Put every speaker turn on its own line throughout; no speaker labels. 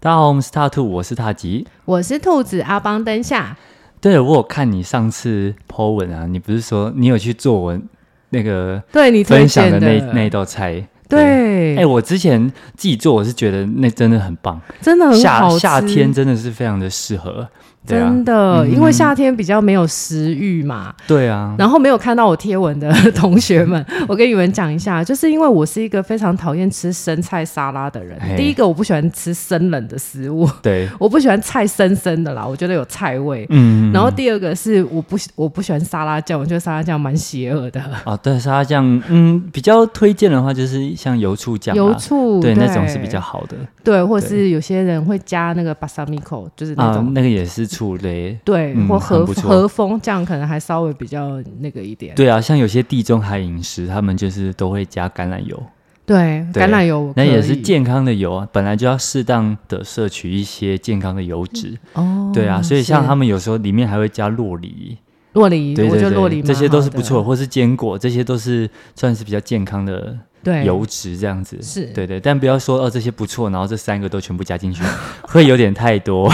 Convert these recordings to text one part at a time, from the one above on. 大家好，我们是大兔，我是大吉。
我是兔子阿邦灯下，
对，我有看你上次 po 文啊，你不是说你有去做文那个
对你推
分享
荐
的那那一道菜？
对，
哎、我之前自己做，我是觉得那真的很棒，
真的很
夏
好吃，
夏天真的是非常的适合。对啊
真，的，因为
嗯
夏天比较没有食欲嘛。
对啊，
然后没有看到我贴文的 同学们，我跟你们讲一下，就是因为我是一个非常讨厌吃生菜沙拉的人
嘿。
第一个，我不喜欢吃生冷的食物，
对，
我不喜欢菜生生的啦，我觉得有菜味。
嗯，
然后第二个是我不喜我不喜欢沙拉酱，我觉得沙拉酱蛮邪恶的，
哦，对，沙拉酱，嗯，比较推荐的话就是像油醋酱、啊，
油醋
对那种是比较好的
对，或者是有些人会加那个 balsamico，就是那
啊、
种、
那个也是醋类。
对，
嗯
或
很
和
不错
和风这样可能还稍微比较那个一点。
对啊，像有些地中海饮食，他们就是都会加橄榄油。
对，
对
橄榄油我
那
可
也是
以
健康的油啊，本来就要适当的摄取一些健康的油脂，
哦，
对啊，所以像
是
他们有时候里面还会加洛梨，
洛梨，
对
嗯我
对
觉得洛梨
对，
蛮
这些都是
好
不
的
错，，或是坚果，这些都是算是比较健康的
对，
油脂这样子。
是
对对，但不要说哦这些不错，然后这三个都全部加进去， 会有点太 多。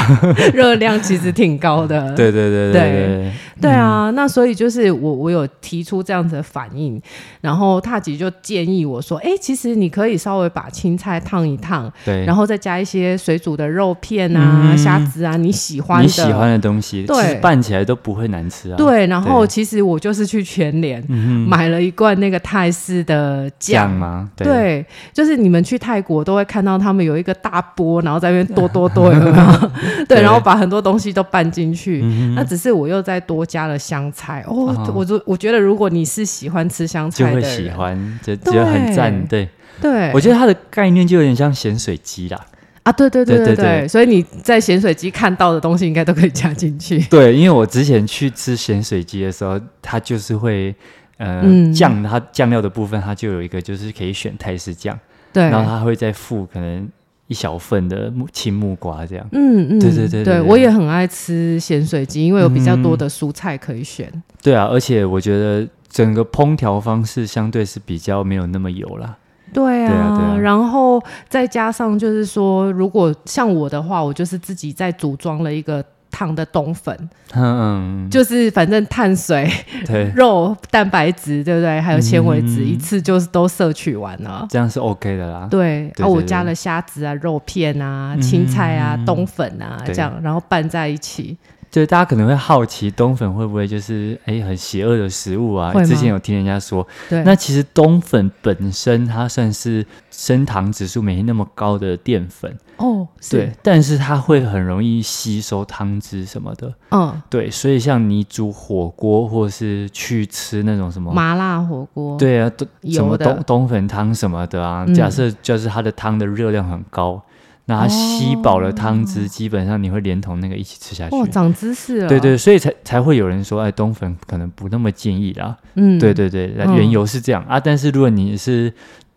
热量其实挺高 的。
对嗯对对对
对
对，
对啊，那所以就是我我有提出这样子的反应，然后踏吉就建议我说，哎，其实你可以稍微把青菜烫一烫，
对
然后再加一些水煮的肉片啊、
嗯
虾子啊，你喜欢的。
你喜欢的东西，
对
其实拌起来都不会难吃啊。
对，然后
对
其实我就是去全联、
嗯哼，
买了一罐那个泰式的
酱啊
酱。
吗？
对就是你们去泰国都会看到他们有一个大锅，然后在那边 剁剁剁，有没有？
对
对，然后把很多东西都拌进去。
嗯
那只是我又再多加了香菜哦，
啊
我就我觉得如果你是喜欢吃香
就
菜的
会
人，
喜欢，这觉得很赞。对，
对，
我觉得它的概念就有点像咸水鸡啦。
啊，对对对
对
对
对对
所以你在咸水鸡看到的东西应该都可以加进 去。
对，因为我之前去吃咸水鸡的时候，它就是会，呃，
嗯
酱它酱料的部分，它就有一个就是可以选泰式酱，
对，
然后它会再附可能一小份的木青木瓜这样。
嗯嗯，
对对对对对嗯
我也很爱吃咸水鸡，因为有比较多的蔬菜可以选。
对啊，而且我觉得整个烹调方式相对是比较没有那么油啦。
对啊，
对啊对啊
然后再加上就是说，如果像我的话，我就是自己再组装了一个糖的冬粉，
嗯，
就是反正 碳水、
对，
肉、蛋白质，对不对？还有纤维质，
嗯
一次就是都摄取完了。
这样是 OK 的啦。
对，
嗯对
啊，我
对
加
对
了虾子啊、肉片啊、青菜啊、
嗯
冬粉啊，
对
这样，然后拌在一起。
就是大家可能会好奇冬粉会不会就是哎很邪恶的食物啊
会？吗
之前有听人家说，
对，
那其实冬粉本身它算是升糖指数没那么高的淀粉，
哦，是
对，，但是它会很容易吸收汤汁什么的，
嗯，
对，所以像你煮火锅或是去吃那种什么。
麻辣火锅，，
对啊，都什么
油的
冬冬粉汤什么的啊，
嗯
假设就是它的汤的热量很高，那它吸饱了汤汁，基本上你会连同那个一起吃下去。
哦，长知识了。
对对，所以才才会有人说，哎，冬粉可能不那么建议啦。
嗯，
对对对，那
嗯
原油是这样、啊，但是如果你是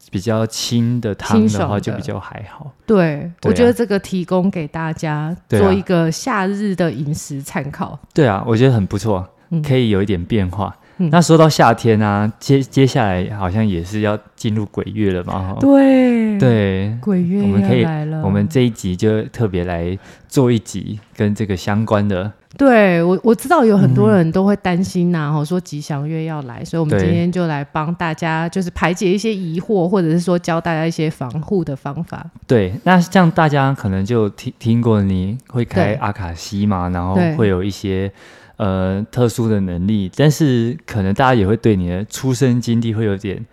比较轻的汤
清
的
爽
话，
的
就比较还好。
对，
对啊
我觉得这个提供给大家
对啊
做一个夏日的饮食参考。
对啊，我觉得很不错，
嗯
可以有一点变化。
嗯
那说到夏天啊，接接下来好像也是要进入鬼月了嘛，哈。
对，
哦对，
鬼月
我们可以
要来了，
我们这一集就特别来做一集跟这个相关的，
对我我知道有很多人都会担心呐、吼、说吉祥月要来，所以我们
嗯对
今天就来帮大家就是排解一些疑惑，或者是说教大家一些防护的方法。
对，那像大家可能就听听过你会开
对
阿卡西嘛，然后
对
会有一些呃特殊的能力，但是可能大家也会对你的出生经历会有点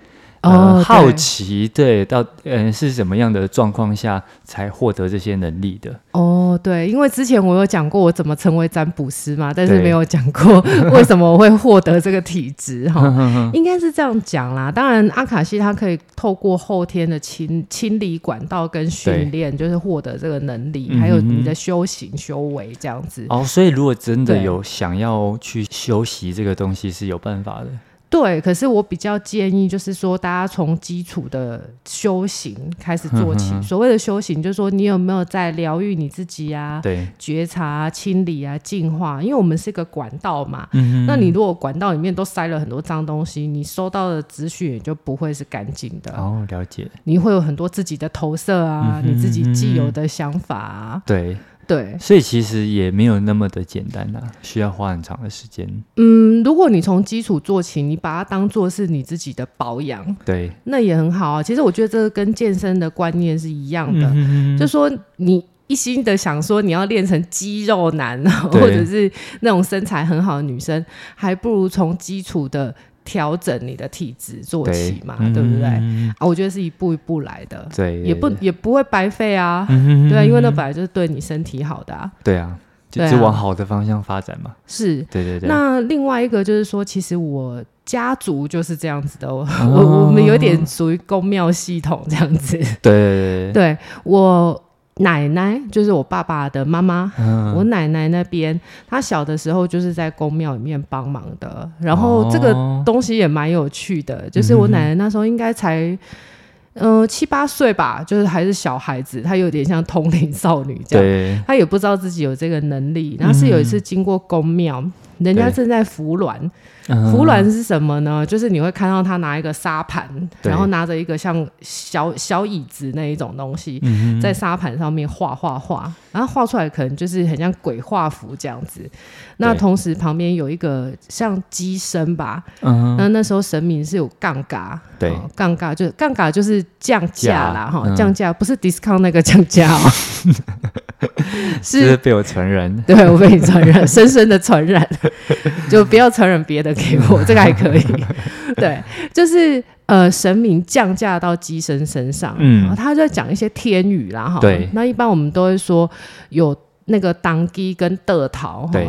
呃、
哦对
好奇，对，到嗯、呃、是什么样的状况下才获得这些能力的？
哦，对，因为之前我有讲过我怎么成为占卜师嘛，但是
对
没有讲 过为什么我会获得这个体质
嗯
哈。应该是这样讲啦，当然阿卡西它可以透过后天的清清理管道跟训练，就是获得这个能力，还有
嗯哼
你的修行修为这样子。
哦，所以如果真的
对
有想要去修习这个东西是有办法的，
对，可是我比较建议，就是说大家从基础的修行开始做
嗯
起。
哼哼
所谓的修行，就是说你有没有在疗愈你自己啊、
对，
觉察、啊、清理啊、净化？因为我们是一个管道嘛。
嗯哼
那你如果管道里面都塞了很多脏东西，你收到的资讯也就不会是干净的，
哦，了解，
你会有很多自己的投射啊，
嗯哼嗯
你自己既有的想法啊，
对，
对。
所以其实也没有那么的简单啦，需要花很长的时间，
嗯，如果你从基础做起，你把它当做是你自己的保养，
对，
那也很好啊。其实我觉得这个跟健身的观念是一样的，
嗯
就
哼
说你一心的想说你要练成肌肉男，啊
对
或者是那种身材很好的女生，还不如从基础的调整你的体质做起嘛，对不对？
嗯
啊，我觉得是一步一步来的，
对，
也不也不会白费啊。
嗯哼
对啊，因为那本来就是对你身体好的啊。
对啊，就
对
就
啊
往好的方向发展嘛，
是，
对对对，
那另外一个就是说，其实我家族就是这样子的，我、
哦
我我们有点属于公庙系统这样子。
对对对对，
对我奶奶，就是我爸爸的妈妈。
嗯
我奶奶那边，她小的时候就是在公庙里面帮忙的，然后这个
哦
东西也蛮有趣
嗯
的，就是我奶奶那时候应该才，呃七八岁吧，就是还是小孩子，她有点像通灵少女这样。
对，嗯
他也不知道自己有这个能力。然后是有一次经过宫庙，人家
对
正在服卵，
嗯
服卵是什么呢？就是你会看到他拿一个沙盘，
对
然后拿着一个像小小椅子那一种东西。
嗯哼
在沙盘上面画画画，然后画出来可能就是很像鬼画符这样子。那
对
同时旁边有一个像机身吧，
嗯哼
那那时候神明是有杠杆，
对
哦杠杆就是杠杆就是降价啦
价
哈，
嗯
降价不是 discount 那个降价 哦，
这是
是。
被我传染，
对，我被你传染，深深的传染， 就不要传染别的给 我，这个还可以。对，就是呃，神明降价到机身身上，
嗯
嗯，他就在讲一些天语啦，哈。
对
那一般我们都会说有那个当机跟得桃，哈
对，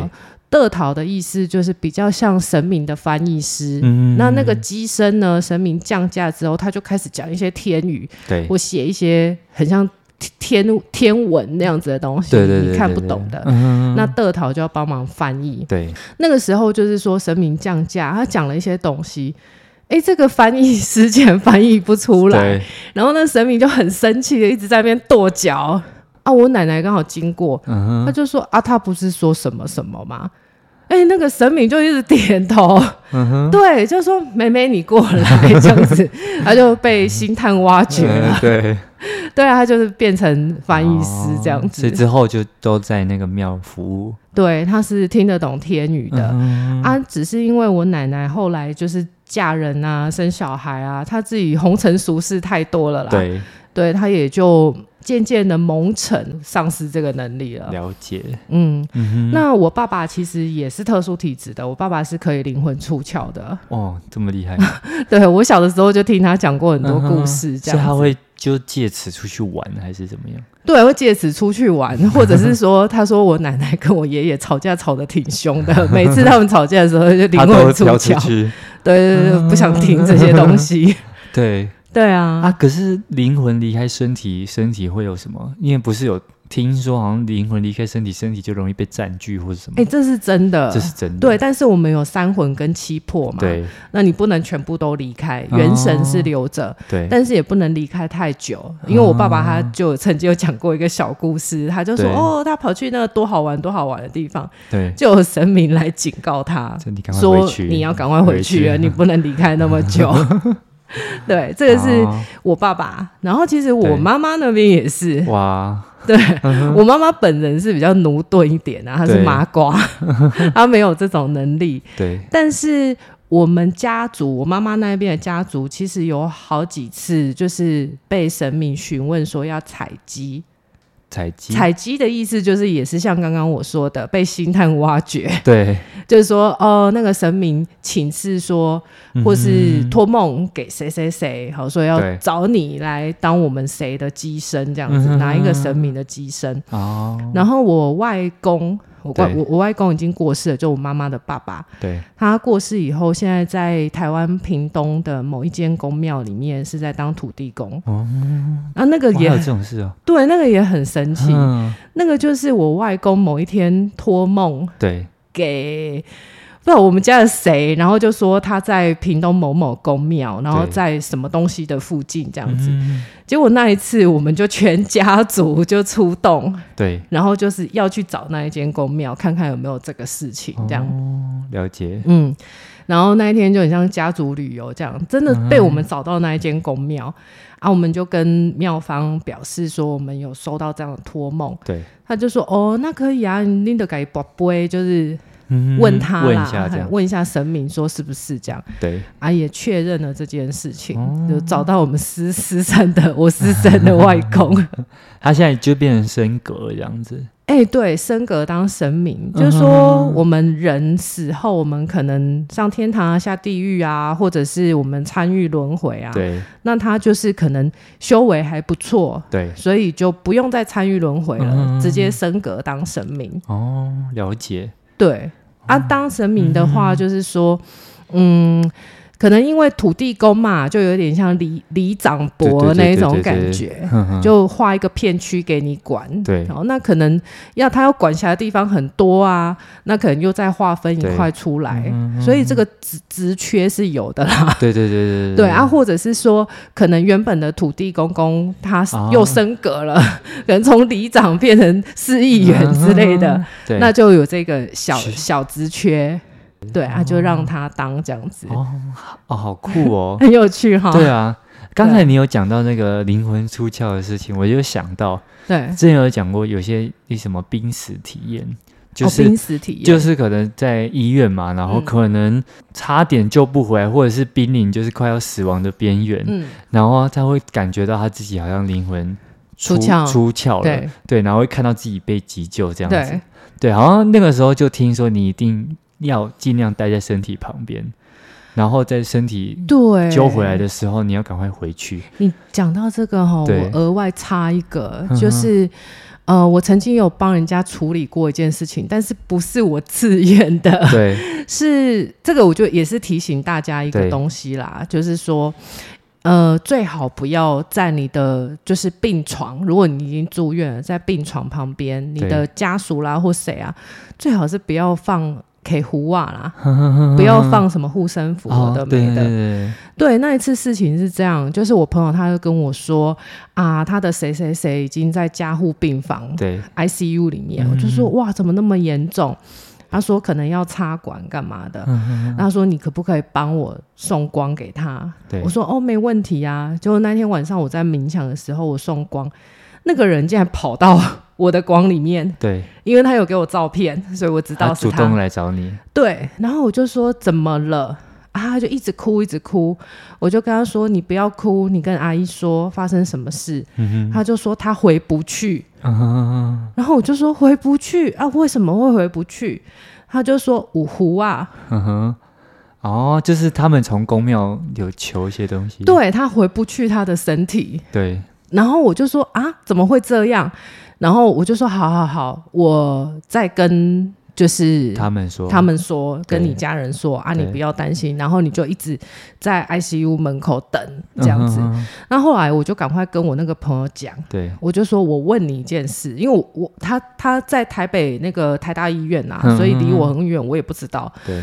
得桃的意思就是比较像神明的翻译师，
嗯
那那个机身呢，神明降价之后，他就开始讲一些天语，
对
或写一些很像天天文那样子的东西，
对对对，
你看
对
不
对
懂的。
嗯
那德桃就要帮忙翻译。
对
那个时候就是说神明降价，他讲了一些东西，哎，这个翻译师竟然翻译不出 来，
对，
然后那神明就很生气的一直在那边跺脚。啊，我奶奶刚好经过，
嗯哼
她就说啊，他不是说什么什么吗？哎，那个神明就一直点头。
嗯哼，
对，就说妹妹你过来这样 子，他就被星探挖掘
嗯
了。
对，
对啊，他就是变成翻译师这样
哦所
子。
以之后就都在那个庙服务
对，他是听得懂天语的、
嗯
啊，只是因为我奶奶后来就是嫁人啊、生小孩啊，她自己红尘俗事太多了啦。，
对，
对，她也就渐渐的蒙尘，丧失这个能力了。
了解，
嗯，
嗯
那我爸爸其实也是特殊体质的，我爸爸是可以灵魂出窍的。
哼，哦，这么厉害，
对我小的时候就听他讲过很多故事，这
所以
样子、
他会就借此出去玩还是怎么样？
对，会借此出去玩，或者是说，他说我奶奶跟我爷爷吵架吵得挺 凶的，每次他们吵架的时候就灵
他都
魂出
要出
窍，
去，
对对对，不想听这些东 西。
对
对啊，
啊。可是灵魂离开身体，身体会有什么？因为不是有听说好像灵魂离开身体，身体就容易被占据或者什么？
哎、这是真的
这。是真的。
对，但是我们有三魂跟七魄嘛，，
对哦
那你不能全部都离开，元神是留着，
对
但是也不能离开太久，因为我爸爸他就曾经有讲过一个小故事，他就说
对
哦，他跑去那个多好玩多好玩的地方，
对，
就有神明来警告他，
这你赶快回
说
去，
你要赶快回去了，啊你不能离开那么 久。对，这个是
哦
我爸爸。然后其实我
对
妈妈那边也是，
哇，
对我妈妈本人是比较驽钝一点啊，她是
对
麻 瓜，她没有这种能力。
对
但是我们家族，我妈妈那边的家族，其实有好几次就是被神明询问说要采集。
采集，
采集的意思就是，也是像刚刚我说的，被星探挖掘。
对，
就是说，哦，那个神明请示说，或是
嗯
托梦给谁谁谁，好说要
对
找你来当我们谁的机身这样
嗯
子，
哼
拿一个神明的机身。
哦，
然后我外公，我
对
外我我外公已经过世了，就我妈妈的爸爸，
对
他过世以后，现在在台湾屏东的某一间公庙里面是在当土地公。
哦，
啊，那个
哇还
也
有
很
这种事哦，
对，那个也很神奇。
嗯，
那个就是我外公某一天托梦
对
给不知道我们家的谁，然后就说他在屏东某某公庙，然后在什么东西的附近这样子。
嗯
结果那一次，我们就全家族就出动，
对，
然后就是要去找那一间公庙，看看有没有这个事情这样。
哦了解，
嗯，然后那一天就很像家族旅游这样，真的
嗯
被我们找到那一间公庙、啊，我们就跟庙方表示说我们有收到这样的托梦，
对，
他就说哦，那可以啊，你得给宝贝，就是
嗯
问他啦，
问一下这
嘿
样，
问一下神明说是不是这样
对，
啊，也确认了这件事情，
哦
就找到我们私私生的我私生的外公，
他现在就变成升格这样子，
哎、对，升格当神明，就
嗯
是说我们人死后，我们可能上天堂啊、下地狱啊，或者是我们参与轮回啊。
对
那他就是可能修为还不错，
对，
所以就不用再参与轮回了，
嗯
直接升格当神明。
哦，了解，嗯
对啊，当神明的话，就是说，嗯。可能因为土地公嘛，就有点像里里长伯
对对
那
对
一种
对对
感
对
觉，
哼哼
就划一个片区给你管。
嗯对
然后那可能要他要管辖的地方很多啊，那可能又再划分一
对嗯
块出来，所以这个职职缺是有的啦。
对对对对
对啊，，或者是说，可能原本的土地公公他
哦
又升格了， 可能从里长变成市议员之类的，
嗯对，
那就有这个小
是
小职缺，对啊，就让他当这样子，
哦哦，好酷哦
，很有趣哈。
对啊。刚才你有讲到那个灵魂出窍的事情，我就想到
对，
之前有讲过，有些一什么濒死体验，就
嗯哦、
是
濒死体验，
就是可能在医院嘛，然后
嗯
可能差点救不回来，或者是濒临就是快要死亡的边缘，
嗯，
然后他会感觉到他自己好像灵魂
出窍
出窍了，
对
然后会看到自己被急救这样子，
对，
对，好像那个时候就听说你一定要尽量待在身体旁边，然后在身体
对，
揪回来的时候，你要赶快回 去，
你讲到这个哈、
对嗯
我额外插一个
哼，
就是呃，我曾经有帮人家处理过一件事情，但是不是我自愿的，
对，
是这个，我就也是提醒大家一个
对
东西啦，就是说。呃，最好不要在你的就是病床，如果你已经住院了，在病床旁边，你
对
的家属啦或谁啊，最好是不要放 K 胡袜 啦，不要放什么护身符 有
哦，
的
对对
没的
对，对，
对，那一次事情是这样，就是我朋友他就跟我说啊，他的谁谁谁已经在加护病房
对嗯
ICU 里面，我就说哇，怎么那么严重？他说可能要插管干嘛的，
嗯
他说你可不可以帮我送光给他？
对
我说哦，没问题啊。结果那天晚上我在冥想的时候，我送光，那个人竟然跑到 我的光里面，
对，
因为他有给我照片，所以我知道
他
是
主
他。
动来找你，
对，然后我就说怎么了？啊，他就一直哭，一直哭。我就跟他说：“你不要哭，你跟阿姨说发生什么事。他就说他回不去，
嗯，
然后我就说回不去啊，为什么会回不去？他就说五湖啊，
嗯哼，哦，就是他们从公庙有求一些东西，
对他回不去他的身体。
对，
然后我就说啊，怎么会这样？然后我就说好好好，我再跟就是
他们说
他们说跟你家人说啊，
对
你不要担心，然后你就一直在 ICU 门口等这样子。
嗯哼
那后来我就赶快跟我那个朋友讲，
对
我就说我问你一件事，因为我我他他在台北那个台大医院啊，
嗯
所以离我很远，我也不知道。
对，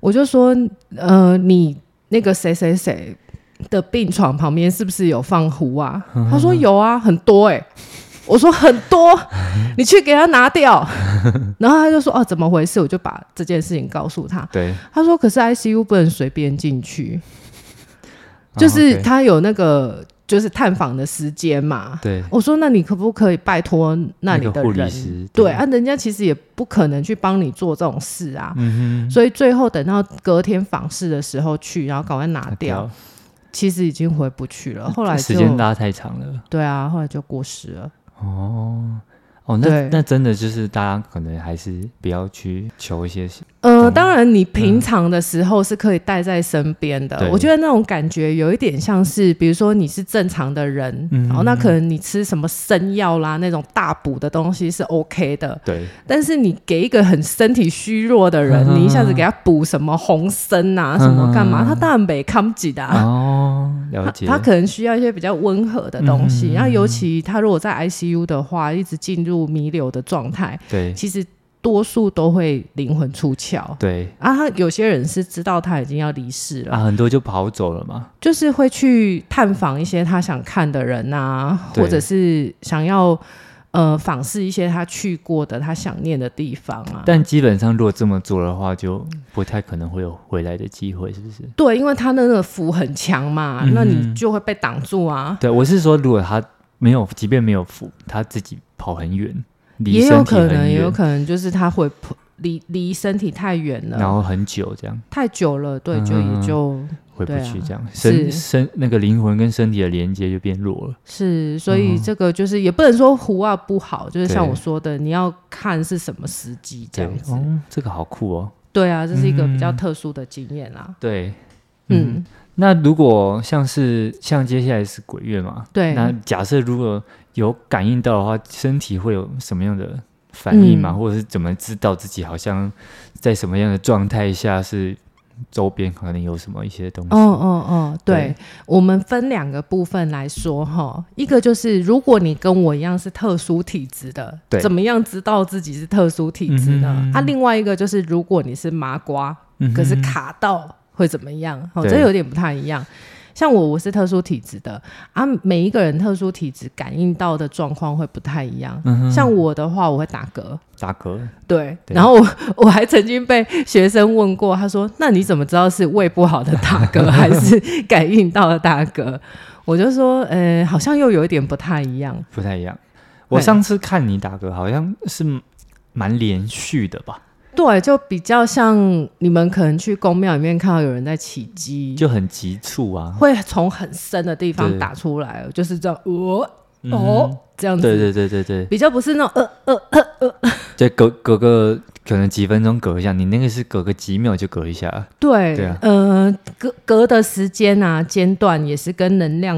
我就说，呃，你那个谁谁谁的病床旁边是不是有放壶啊？
嗯
他说有啊，很多哎、我说很多，你去给他 拿掉。然后他就说哦，怎么回事？我就把这件事情告诉他。
对，
他说：“可是 ICU 不能随便进去，就是
哦，OK，
他有那个就是探访的时间嘛。
对”
我说：“那你可不可以拜托那里
那个
的
护理
人？”
师
对啊，人家其实也不可能去帮你做这种事啊。
嗯哼，
所以最后等到隔天访视的时候去，然后赶快拿
拿嗯
掉，，其实已经回不去了。后来
时
就
间拉太长了。
对啊，后来就过世了。
哦哦，那
对
那真的就是大家可能还是不要去求一些
呃，
懂
当然，你平常的时候是可以带在身边的。
嗯对
我觉得那种感觉有一点像是，比如说你是正常的人，
嗯
然后那可能你吃什么生药啦，那种大补的东西是 OK 的。
对
但是你给一个很身体虚弱的人，
嗯
你一下子给他补什么红参啊，什么干嘛，他当然没看不起的、啊。
哦，了
他
解，嗯
他可能需要一些比较温和的东西，然后尤其他如果在 ICU 的话，一直进入弥留的状态，
对
其实多数都会灵魂出窍。
对
啊，他有些人是知道他已经要离世了，
啊，很多就跑走了嘛，
就是会去探访一些他想看的人啊，
对
或者是想要呃访视一些他去过的、他想念的地方啊。
但基本上如果这么做的话，就不太可能会有回来的机会，是不是？
对，因为他那个符很强嘛，
嗯哼
那你就会被挡住啊。
对，我是说，如果他没有，即便没有服，他自己跑很远，离
也有
身体
可
很
能，也有
远，
可能就是他会扑离离身体太远
然
了，
后很久这样
太久了，对，就
嗯
也就
回不
对啊
去，这样、身
是
身那个灵魂跟身体的连接就变弱了。
是，所
嗯
以这个就是也不能说胡啊不好，就是像我说的，你要看是什么时机这
对
样，子。
哦，这个好酷哦。
对啊，这是一个比较
嗯
特殊的经验啦。
对，嗯
嗯，
那如果像是像接下来是鬼月嘛，
对
那假设如果有感应到的话，身体会有什么样的反应嘛？
嗯
或者是怎么知道自己好像在什么样的状态下是周边可能有什么一些东西？
哦哦哦，对，
对
我们分两个部分来说哈，一个就是如果你跟我一样是特殊体质的
对，
怎么样知道自己是特殊体质的？
嗯哼
啊，另外一个就是如果你是麻瓜，
嗯哼
可是卡到会怎么样？哦，
对
这有点不太一样。像我，我是特殊体质的啊，每一个人特殊体质感应到的状况会不太一样。
嗯哼
像我的话，我会打嗝，
打嗝，
对，
对
然后我 我还曾经被学生问过，他说：“那你怎么知道是胃不好的打嗝 还是感应到的打嗝？”我就说：“呃，好像又有一点不太一样。
不太一样。我
对
上次看你打嗝好像是蛮连续的吧，”
对，就比较像你们可能去宫庙里面看到有人在起鸡，
就很急促啊。
会从很深的
对
地方打出来，就是这样，哦
嗯
哦、
哼
这样子，
对对对对对，
比较不是那种呃呃，
就隔隔个可能几分钟隔一下，你那个是隔个几秒就隔一下，
对，
对啊
呃，隔隔的时间啊，间断也是跟能量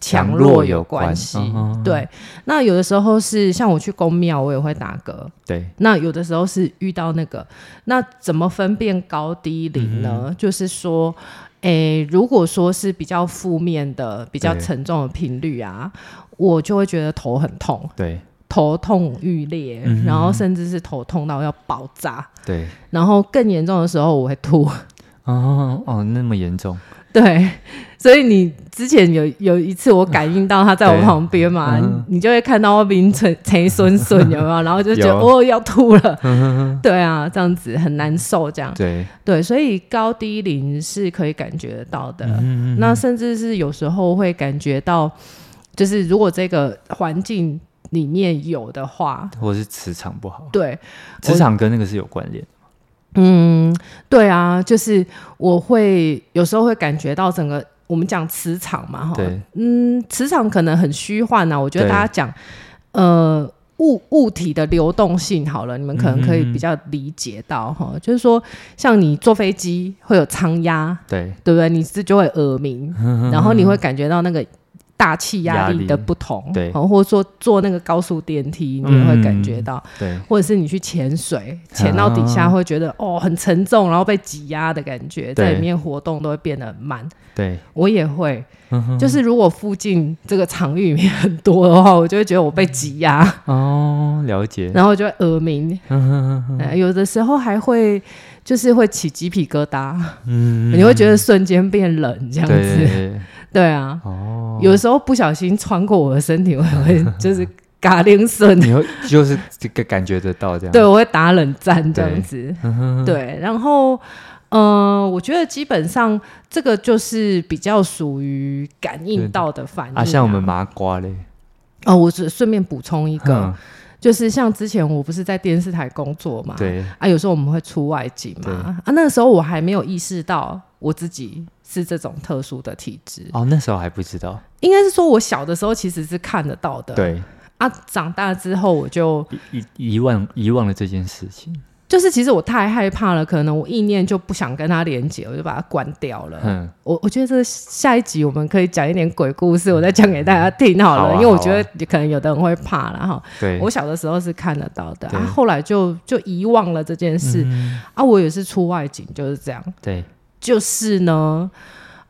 强
强弱
弱
有
有
关
关系。
嗯哼
对，那有的时候是像我去公庙，我也会打嗝。
对，
那有的时候是遇到那个，那怎么分辨高低龄
嗯
呢？就是说，诶、如果说是比较负面的、比较
对
沉重的频率啊，我就会觉得头很痛，
对
头痛欲裂，
嗯哼
然后甚至是头痛到要爆炸，
对，
然后更严重的时候我会吐。
哦哦，那么严重，
对，所以你之前有有一次我感应到他在我旁边嘛，
对嗯
你就会看到我边陈陈孙孙 有没有？然后就觉得
有啊嗯
哦要吐 了，对啊，这样子很难受，这样
对，
对，所以高低龄是可以感觉得到的，
嗯
那甚至是有时候会感觉到，就是如果这个环境里面有的话，
或是磁场不好，
对，我
磁场跟那个是有关联，
嗯，对啊，就是我会有时候会感觉到整个我们讲磁场嘛，哈
对，
嗯，磁场可能很虚幻啊。我觉得
对
大家讲，呃，物物体的流动性好了，你们可能可以
嗯嗯嗯
比较理解到哈、就是说，像你坐飞机会有舱压，
对，
对不对？你是就会耳 鸣，然后你会感觉到那个。大气
压
压
力
力嗯的不同，
对
哦或者说坐那个高速电梯，你也会感觉到，
对，
或者是你去潜水，潜到底
啊
下会觉得、哦很沉重，然后被挤压的感觉，在
对
里面活动都会变得很慢。
对，
我也会，
嗯
就是如果附近这个场域里面很多的话，我就会觉得我被挤压，
哦，了解，
然后我就会耳鸣、
嗯
呃有的时候还会就是会起鸡皮疙瘩，
嗯，
你会觉得瞬间变冷这样
对
子。
对对，对
对啊，
哦，
有时候不小心穿过我的身体，我也 会就是嘎铃顺，
你会就是这个感觉得到这样，
对，我会打冷战这样子。 对，然后。嗯，我觉得基本上这个就是比较属于感
对
应到的反应
啊，像我们麻瓜嘞，
哦，我只顺便补充一个，
嗯，
就是像之前我不是在电视台工作嘛，，
对，
啊，有时候我们会出外景
对
嘛，啊，那个时候我还没有意识到我自己是这种特殊的体质，
哦，那时候还不知道，
应该是说我小的时候其实是看得到的，，
对，
啊，长大之后我就
遗遗遗忘遗忘了这件事情，
就是其实我太害怕了，可能我意念就不想跟它连接，我就把它关掉了。
嗯，
我我觉得这下一集我们可以讲一点鬼故事，我再讲给大家听好了，
好啊
因为我
好啊
觉得可能有的人会怕了哈。
对，
我小的时候是看得到的，
对嗯
啊，后来就就遗忘了这件事、啊。我也是出外景就是这样，
对，
就是呢，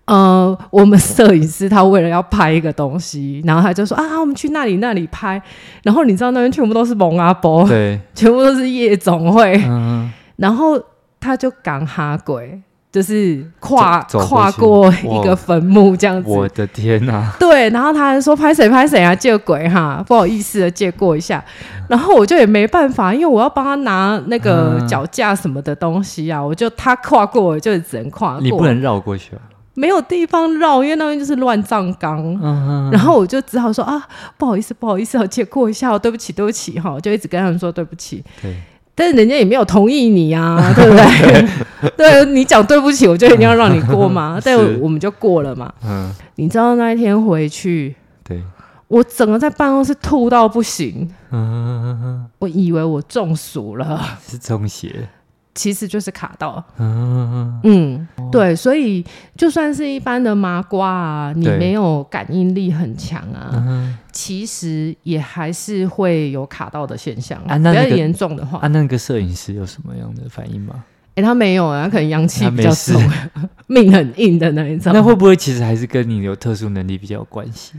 呃，我们摄影师他为了要拍一个东西，然后他就说啊，我们去那里那里拍，然后你知道那边全部都是蒙阿波，
对，
全部都是夜总会，
嗯，
然后他就赶哈鬼，就是跨
走走过
跨
去
过一
哇
个坟墓这样子，
嗯我的天啊呐、
对，然后他还说拍谁拍谁啊，借鬼哈，不好意思的借过一下。然后我就也没办法，因为我要帮他拿那个
嗯
脚架什么的东西啊，我就他跨过，我就只能跨过，
你不能绕过去啊！
没有地方绕，因为那边就是乱葬岗。
嗯
然后我就只好说啊，不好意思，不好意思，我借过一下哦，对不起，对不起哈，我就一直跟他们说对不起。
对，
但是人家也没有同意 你啊，对不对？ 对你讲对不起，我就一定要让你过嘛。但
是
我们就过了嘛。
嗯，
你知道那一天回去，
对，
我整个在办公室吐到不行，
嗯，
我以为我中暑了，
是中邪，
其实就是卡到。
嗯，
嗯，对，所以就算是一般的麻瓜啊，你
对
没有感应力很强啊，
嗯
其实也还是会有卡到的现象。
啊那那个
比较严重的话，
啊，
哎、
那个摄影师有什么样的反应吗？
他没有啊，他可能阳气
他
比
没
较
事
重， 命很硬的 那一种。
那会不会其实还是跟你有特殊能力比较有关系？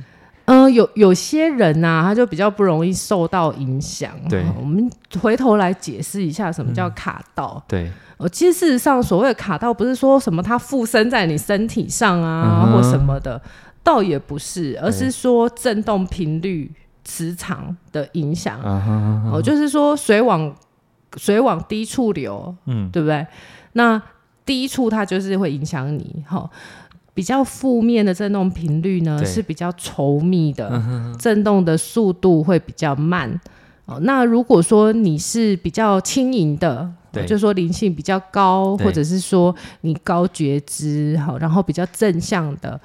嗯、有有些人呐、他就比较不容易受到影响。
对
我们回头来解释一下什么叫卡到。
对，
哦，其实事实上，所谓的卡到不是说什么它附身在你身体上啊，
嗯哼
或什么的，倒也不是，而是说振动频率、磁场的影响。
啊哈
哦，就是说水往水往低处流，
嗯，
对不对？那低处它就是会影响你，哈、比较负面的振动频率呢
对嗯
是比较稠密的，振动的速度会比较慢。哦，那如果说你是比较轻盈的，
对
就是说灵性比较高，
对
或者是说你高觉知，好，然后比较正向的，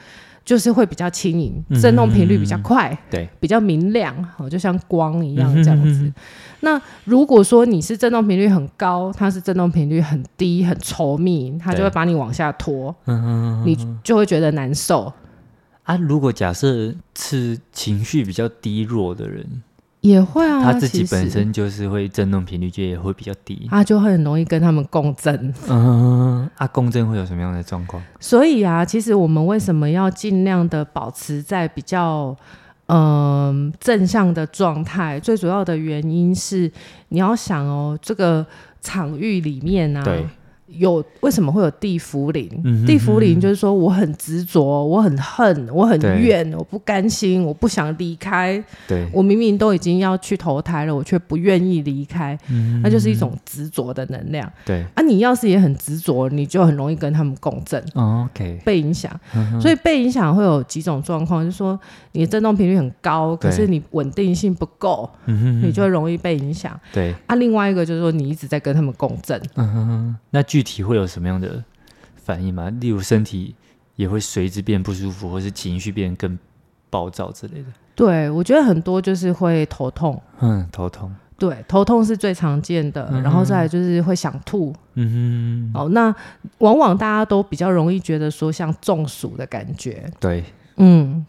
就是会比较轻盈，
嗯
振动频率比较快，
对，
比较明亮，哦，就像光一样
嗯哼
这样
嗯
子。
哼
那如果说你是振动频率很高，它是振动频率很低、很稠密，它就
对
会把你往下拖，
嗯
你就会觉得难受，
啊，如果假设是情绪比较低落的人，
也会啊。
他自己
其实啊
本身就是会振动频率就也会比较低，
他就会很容易跟他们共振。
嗯，啊，共振会有什么样的状况？
所以啊，其实我们为什么要尽量的保持在比较嗯、正向的状态？最主要的原因是，你要想哦，这个场域里面啊，
对，
有为什么会有地府灵？
嗯哼
地府灵就是说我很执着，我很恨，我很
对
怨，我不甘心，我不想离开。
对，
我明明都已经要去投胎了，我却不愿意离开，
嗯
那就是一种执着的能量。
对
啊，你要是也很执着，你就很容易跟他们共振。
哦，OK，
被影响，所以被影响会有几种状况，就是说你的振动频率很高，可
对
是你稳定性不够，
嗯哼
你就会容易被影响。
对，
啊，另外一个就是说你一直在跟他们共振，
嗯哼哼，那具体会有什么样的反应吗？例如身体也会随之变不舒服，或是情绪变更暴躁之类的。
对，我觉得很多就是会头痛，
嗯，头痛。
对，头痛是最常见的，
嗯
然后再来就是会想吐。
嗯
哦，那往往大家都比较容易觉得说像中暑的感觉，
哼，对，
嗯，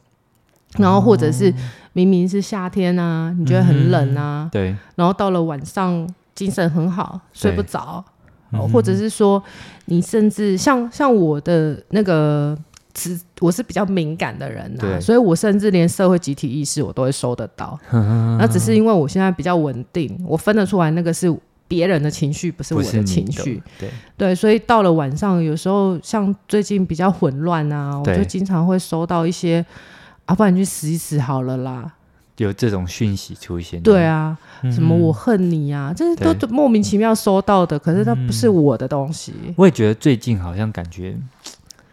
然后或者是明明是夏天啊，你觉得很冷啊，
对，
然后到了晚上精神很好，睡不着，
嗯
哦
哼
或者是说你甚至像像我的那个。磁，我是比较敏感的人呐、
对
所以我甚至连社会集体意识我都会收得 到。那只是因为我现在比较稳定，我分得出来那个是别人的情绪，不是
不
我
是
的
你
情绪。，
对，
对，所以到了晚上，有时候像最近比较混乱啊，我
对
就经常会收到一些，啊，不然你去死一死好了啦。
有这种讯息出现。
对，啊，
嗯
什么我恨你啊，这些都
对
莫名其妙收到的，可是它不是我的东西。
我也觉得最近好像感觉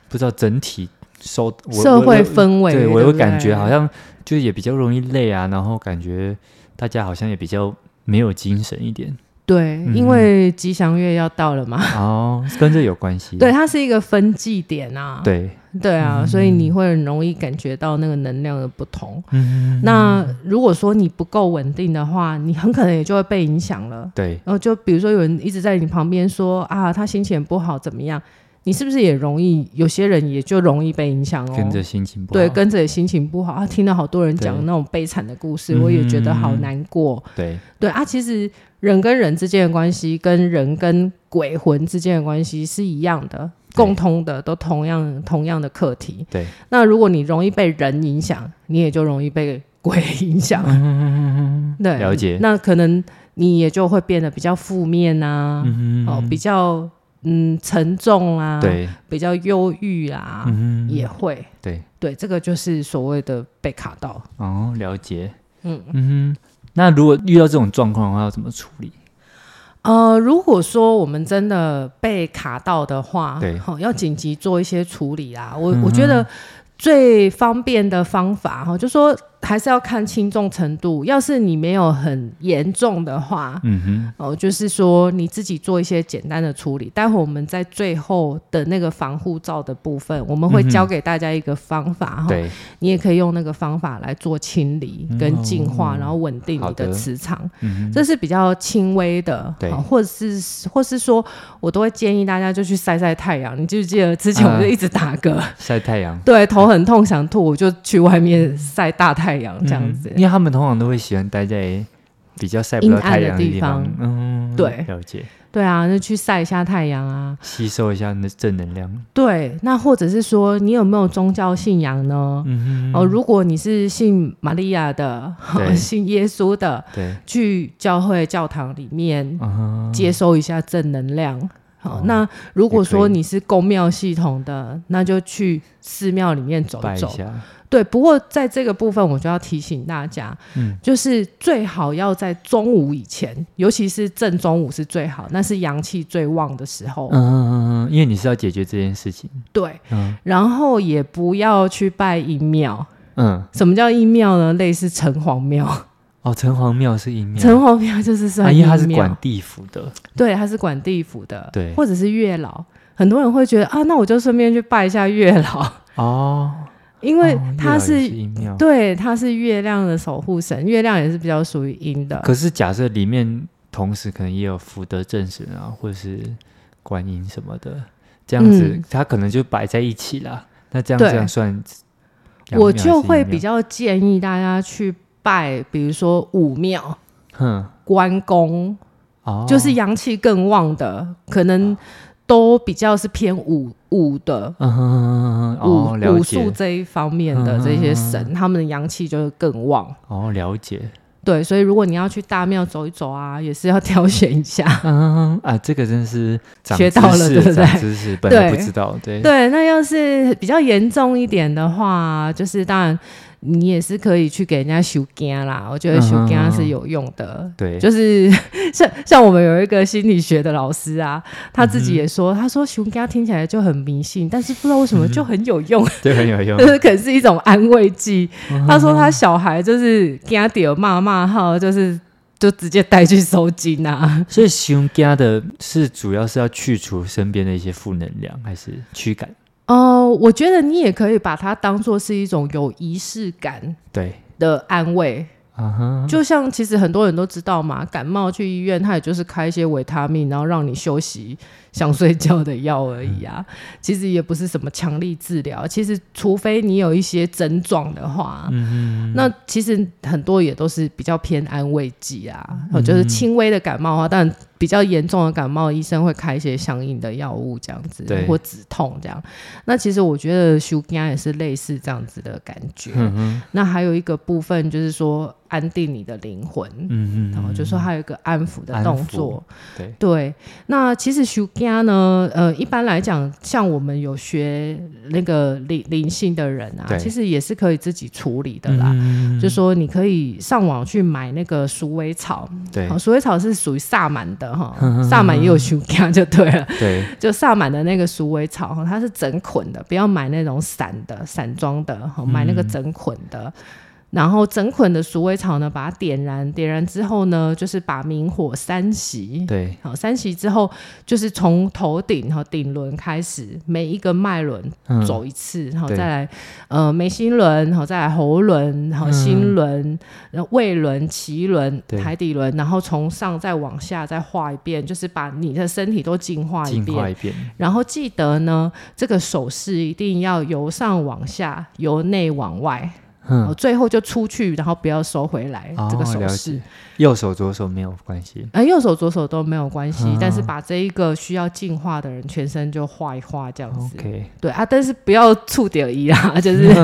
不知道整体收我
社会
我
氛围，
对我有
有
感觉好像就也比较容易累啊，然后感觉大家好像也比较没有精神一 点。
对，
嗯
因为吉祥月要到了嘛，
哦，跟这有关系。
对，它是一个分界点啊，
对，嗯
对啊，所以你会很容易感觉到那个能量的不同。
嗯，
那如果说你不够稳定的话，你很可能也就会被影响了。
对，
然后就比如说有人一直在你旁边说啊，他心情很不好，怎么样？你是不是也容易？有些人也就容易被影响哦。
跟着心情不好。
对，跟着也心情不好啊。听了好多人讲
对嗯
那种悲惨的故事，我也觉得好难过。
对，
对啊，其实人跟人之间的关系，跟人跟鬼魂之间的关系是一样的，共通的都同样同样的课题。
对，
那如果你容易被人影响，你也就容易被鬼影响。
嗯
对，
了解
那可能你也就会变得比较负面啊，
嗯
哦，比较嗯沉重啊，，
对，
比较忧郁啊，
嗯哼，
也会。
对，
对，这个就是所谓的被卡到。
哦，了解，
嗯
嗯哼，那如果遇到这种状况的话，要怎么处理？
呃，如果说我们真的被卡到的话，
对嗯
齁要紧急做一些处理啦。我、我觉得最方便的方法哈，齁就说还是要看轻重程度。要是你没有很严重的话，
嗯哼，
哦、就是说你自己做一些简单的处理。待会我们在最后的那个防护罩的部分，我们会
嗯哼
教给大家一个方法哈、齁
对，
你也可以用那个方法来做清理跟净化，
嗯哦
然后稳定
好
你的
的
磁场。
嗯哼，
这是比较轻微的，
对
好或者是或是说，我都会建议大家就去晒晒太阳。你记不记得之前
嗯
我就一直打嗝，
晒太阳
对，头很痛想吐，我就去外面晒大太阳这样子。
嗯因为他们通常都会喜欢待在比较晒不
阴
到
暗
太
的
阳
地
地方
方，
嗯，
对
了解，
对啊，就去晒一下太阳啊。
吸收一下那正能量，
对，那或者是说，你有没有宗教信仰呢？
嗯
哦，如果你是信玛利亚的，
对
信耶稣的，
哼，对，
去教会教堂里面
嗯，
接收一下正能量。好、
哦
那如果
也
说
可以
你是公庙系统的，那就去寺庙里面走
拜一
走。
下，
对，不过在这个部分，我就要提醒大家，
嗯
就是最好要在中午以前，尤其是正中午是最好，那是阳气最旺的时候。
嗯嗯嗯嗯，因为你是要解决这件事情，
对，
嗯
然后也不要去拜阴庙。
嗯，
什么叫阴庙呢？类似城隍庙，
哦，城隍庙是阴庙，
城隍庙就是
啊，
算
因
阴
为
庙，
它是管地府的，
对，他是管地府的，
对
或者是月老。很多人会觉得啊，那我就顺便去拜一下月 老，
哦，
因为
哦月
他
老也
是,、
是阴庙，
对，他是月亮的守护神，月亮也是比较属于阴的。
可是假设里面同时可能也有福德正神啊，或者是观音什么的，这样子、
嗯
它可能就摆在一起啦。那这样
对
这样算，
我就会比
较
较建议大家去拜，比如说武庙、
哼
关公，
哦，
就是阳气更旺的，可能都比较是偏武武的。
嗯哼哼哼哼
武、
哦了
武术
解嗯
这一方面的这些神，他们的阳气就会更旺。
哦了解，
对，所以如果你要去大庙走一走啊，也是要 挑选一下。
嗯啊这个真是长
学到了
知识
对不对
长知识本来
对
不知道，对
对，那要是比较严重一点的话，就是当然你也是可以去给人家修肝啦。我
嗯
觉得修肝是有用的。
对
就是 像像我们有一个心理学的老师啊，他自
嗯
己也说，他说熊肝听起来就很迷信，但是不知道为
嗯
什么就很有用，
对很有用
就，是 可能是一种安慰剂。
嗯
他说他小孩就是跟他爹骂骂号，就是就直接带去收金啊。
所以熊家的是主要是要去除身边的一些负能量还是驱赶？
哦，我觉得你也可以把它当做是一种有仪式感
对，
的安慰。
啊哈，
就像其实很多人都知道嘛，感冒去医院，他也就是开一些维他命，然后让你休息、想睡觉的药而已啊。其实也不是什么强力治疗。其实，除非你有一些症状的话，
嗯
那其实很多也都是比较偏安慰剂啊，
嗯
哦就是轻微的感冒啊，但比较严重的感冒，医生会开一些相应的药物这样子
对，
或止痛这样。那其实我觉得修肝也是类似这样子的感觉。
哼嗯哼
那还有一个部分就是说安定你的灵魂，
嗯
然后、
哼，
就说还有一个安抚的
安
动
抚
作。
对，
对，那其实修家呢，呃，一般来讲，像我们有学那个灵灵性的人啊，
对
其实也是可以自己处理的
嗯
啦。
哼
就说你可以上网去买那个鼠尾草，
对
好，鼠尾草是属于萨满的哈
嗯嗯嗯，
萨满也有修家就对了，
对，
就萨满的那个鼠尾草哈，它是整捆的，不要买那种散的、散装的哈，
嗯
买那个整捆的。然后整捆的鼠尾草呢，把它点燃，点燃之后呢，就是把明火三熄。
对，
好，三熄之后就是从头顶和顶轮开始，每一个脉轮
嗯，
走一次，然后
对
再来呃眉心轮，然后再来喉轮，然后心轮，然后胃轮、脐轮
嗯对、
海底轮，然后从上再往下再画一遍，就是把你的身体都净化一
进化
遍。
一遍，
然后记得呢，这个手势一定要由上往下，由内往外，哦，最后就出去，然后不要收回来、
嗯哦
这个手
了
势
解。右手左手没有关系，
呃，右手左手都没有关系，
嗯
但是把这一个需要净化的人全身就画一画这样子。
OK，
对啊，但是不要触点一啊， 就是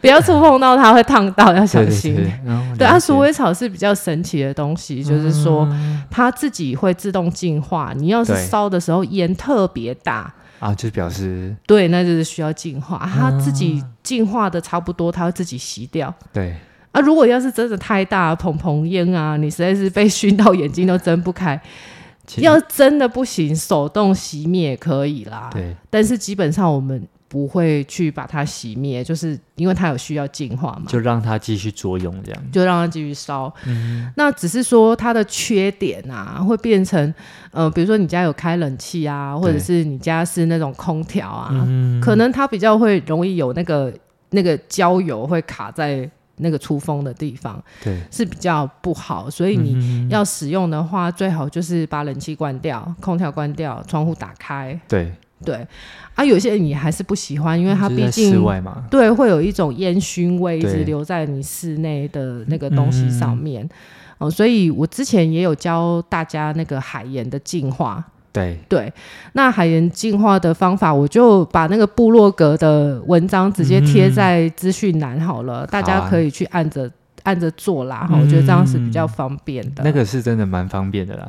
不要触碰到它会烫到，要小
对
心。
对对，哦
对啊，
了解嗯
鼠尾草是比较神奇的东西，就是说它自己会自动净化。你要是
对
烧的时候烟特别大，
啊，就表示
对，那就是需要净化。啊它自己
嗯
净化的差不多，它会自己吸掉。
对
啊，如果要是真的太大，蓬蓬烟啊，你实在是被熏到眼睛都睁不开。
其实
要真的不行，手动熄灭也可以啦。
对
但是基本上我们不会去把它熄灭，就是因为它有需要净化嘛，
就嗯让它继续作用这样。
就让它继续烧。那只是说它的缺点啊，会变成呃，比如说你家有开冷气啊，或者
对
是你家是那种空调啊，
嗯，
可能它比较会容易有那个那个焦油会卡在那个出风的地方，
对，
是比较不好，所以你。
你
要使用的话，最好就是把冷气关掉、空调关掉、窗户打开。
对，
对，啊，有些人你还是不喜欢，因为它
就
毕
在
竟
室外嘛，
对会有一种烟熏味一直
对嗯
留在你室内的那个东西上面。哦，所以我之前也有教大家那个海盐的净化。
对，
对，那海盐净化的方法，我就把那个部落格的文章直接贴在资讯栏好了，大
嗯好
家
啊嗯
可以去按着按着做啦。哈、我觉得这样是比较方便的。
那个是真的蛮方便的啦。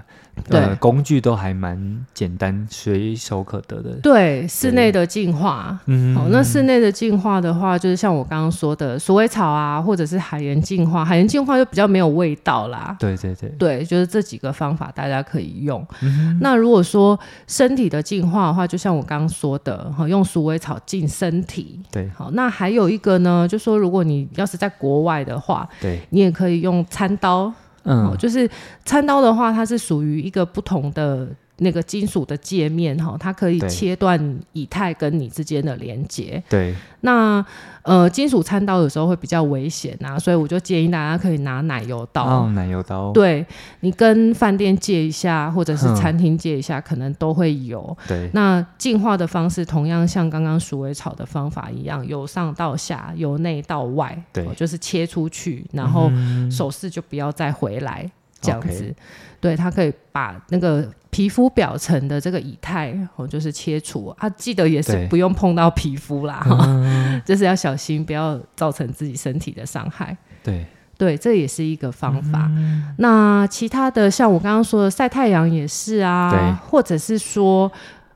对
呃，工具都还蛮简单，随手可得的。
对室内的净化。
嗯，
好、那室内的净化的话，就是像我刚刚说的鼠尾草啊，或者是海盐净化。海盐净化就比较没有味道啦。
对对对，
对，就是这几个方法大家可以用。
嗯
那如果说身体的净化的话，就像我刚刚说的，哈，用鼠尾草净身体。
对
好，那还有一个呢，就说如果你要是在国外的话，
对，
你也可以用餐刀。哦，
嗯，
就是餐刀的话，它是属于一个不同的那个金属的界面哈、它可以
对
切断以太跟你之间的连接。
对，
那呃，金属餐刀有时候会比较危险啊，所以我就建议大家可以拿奶油刀。
哦，奶油刀，
对你跟饭店借一下，或者是
嗯
餐厅借一下，可能都会有。
对
那净化的方式同样像刚刚鼠尾草的方法一样，由上到下，由内到外，
对
哦就是切出去，然后手势就不要再回来，这
嗯
样
OK
子。对，它可以把那个皮肤表层的这个以太，哦，就是切除啊，记得也是
对嗯
不用碰到皮肤啦， 就是要小心，不要造成自己身体的伤害。
对，
对，这也是一个方法。
嗯
那其他的，像我刚刚说的晒太阳也是
对
啊，或者是说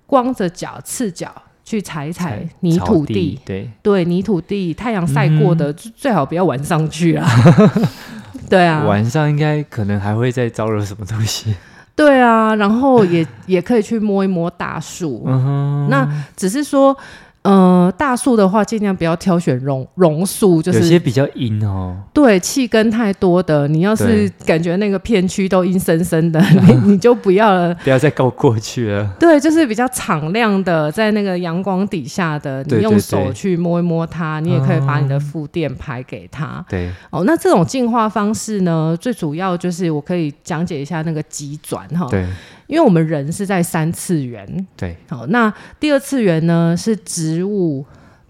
光着脚、赤脚去踩一踩泥
草
土
地嗯
地，，
对，
对，泥土地太阳晒过的，最最好不要晚上 去啊。对啊，
晚上应该可能还会再招惹什么东 西。
对啊，然后 也也可以去摸一摸大树，
嗯哼，
那只是说。呃，大树的话，尽量不要挑选榕榕树，就
有
是
些比较阴哦，
对，气根太多的，你要是感觉那个片区都阴森 森的，你你就不要了。
不要再告过去了。
对，就是比较敞亮的，在那个阳光底下的，你
对嗯
用
对
手
对
去摸一摸它，你也可以把你的负电排给它。
对，
哦，那这种净化方式呢，最主要就是我可以讲解一下那个急转哈，
对，
因为我们人是在三次元，
对，
好，那第二次元呢是植物、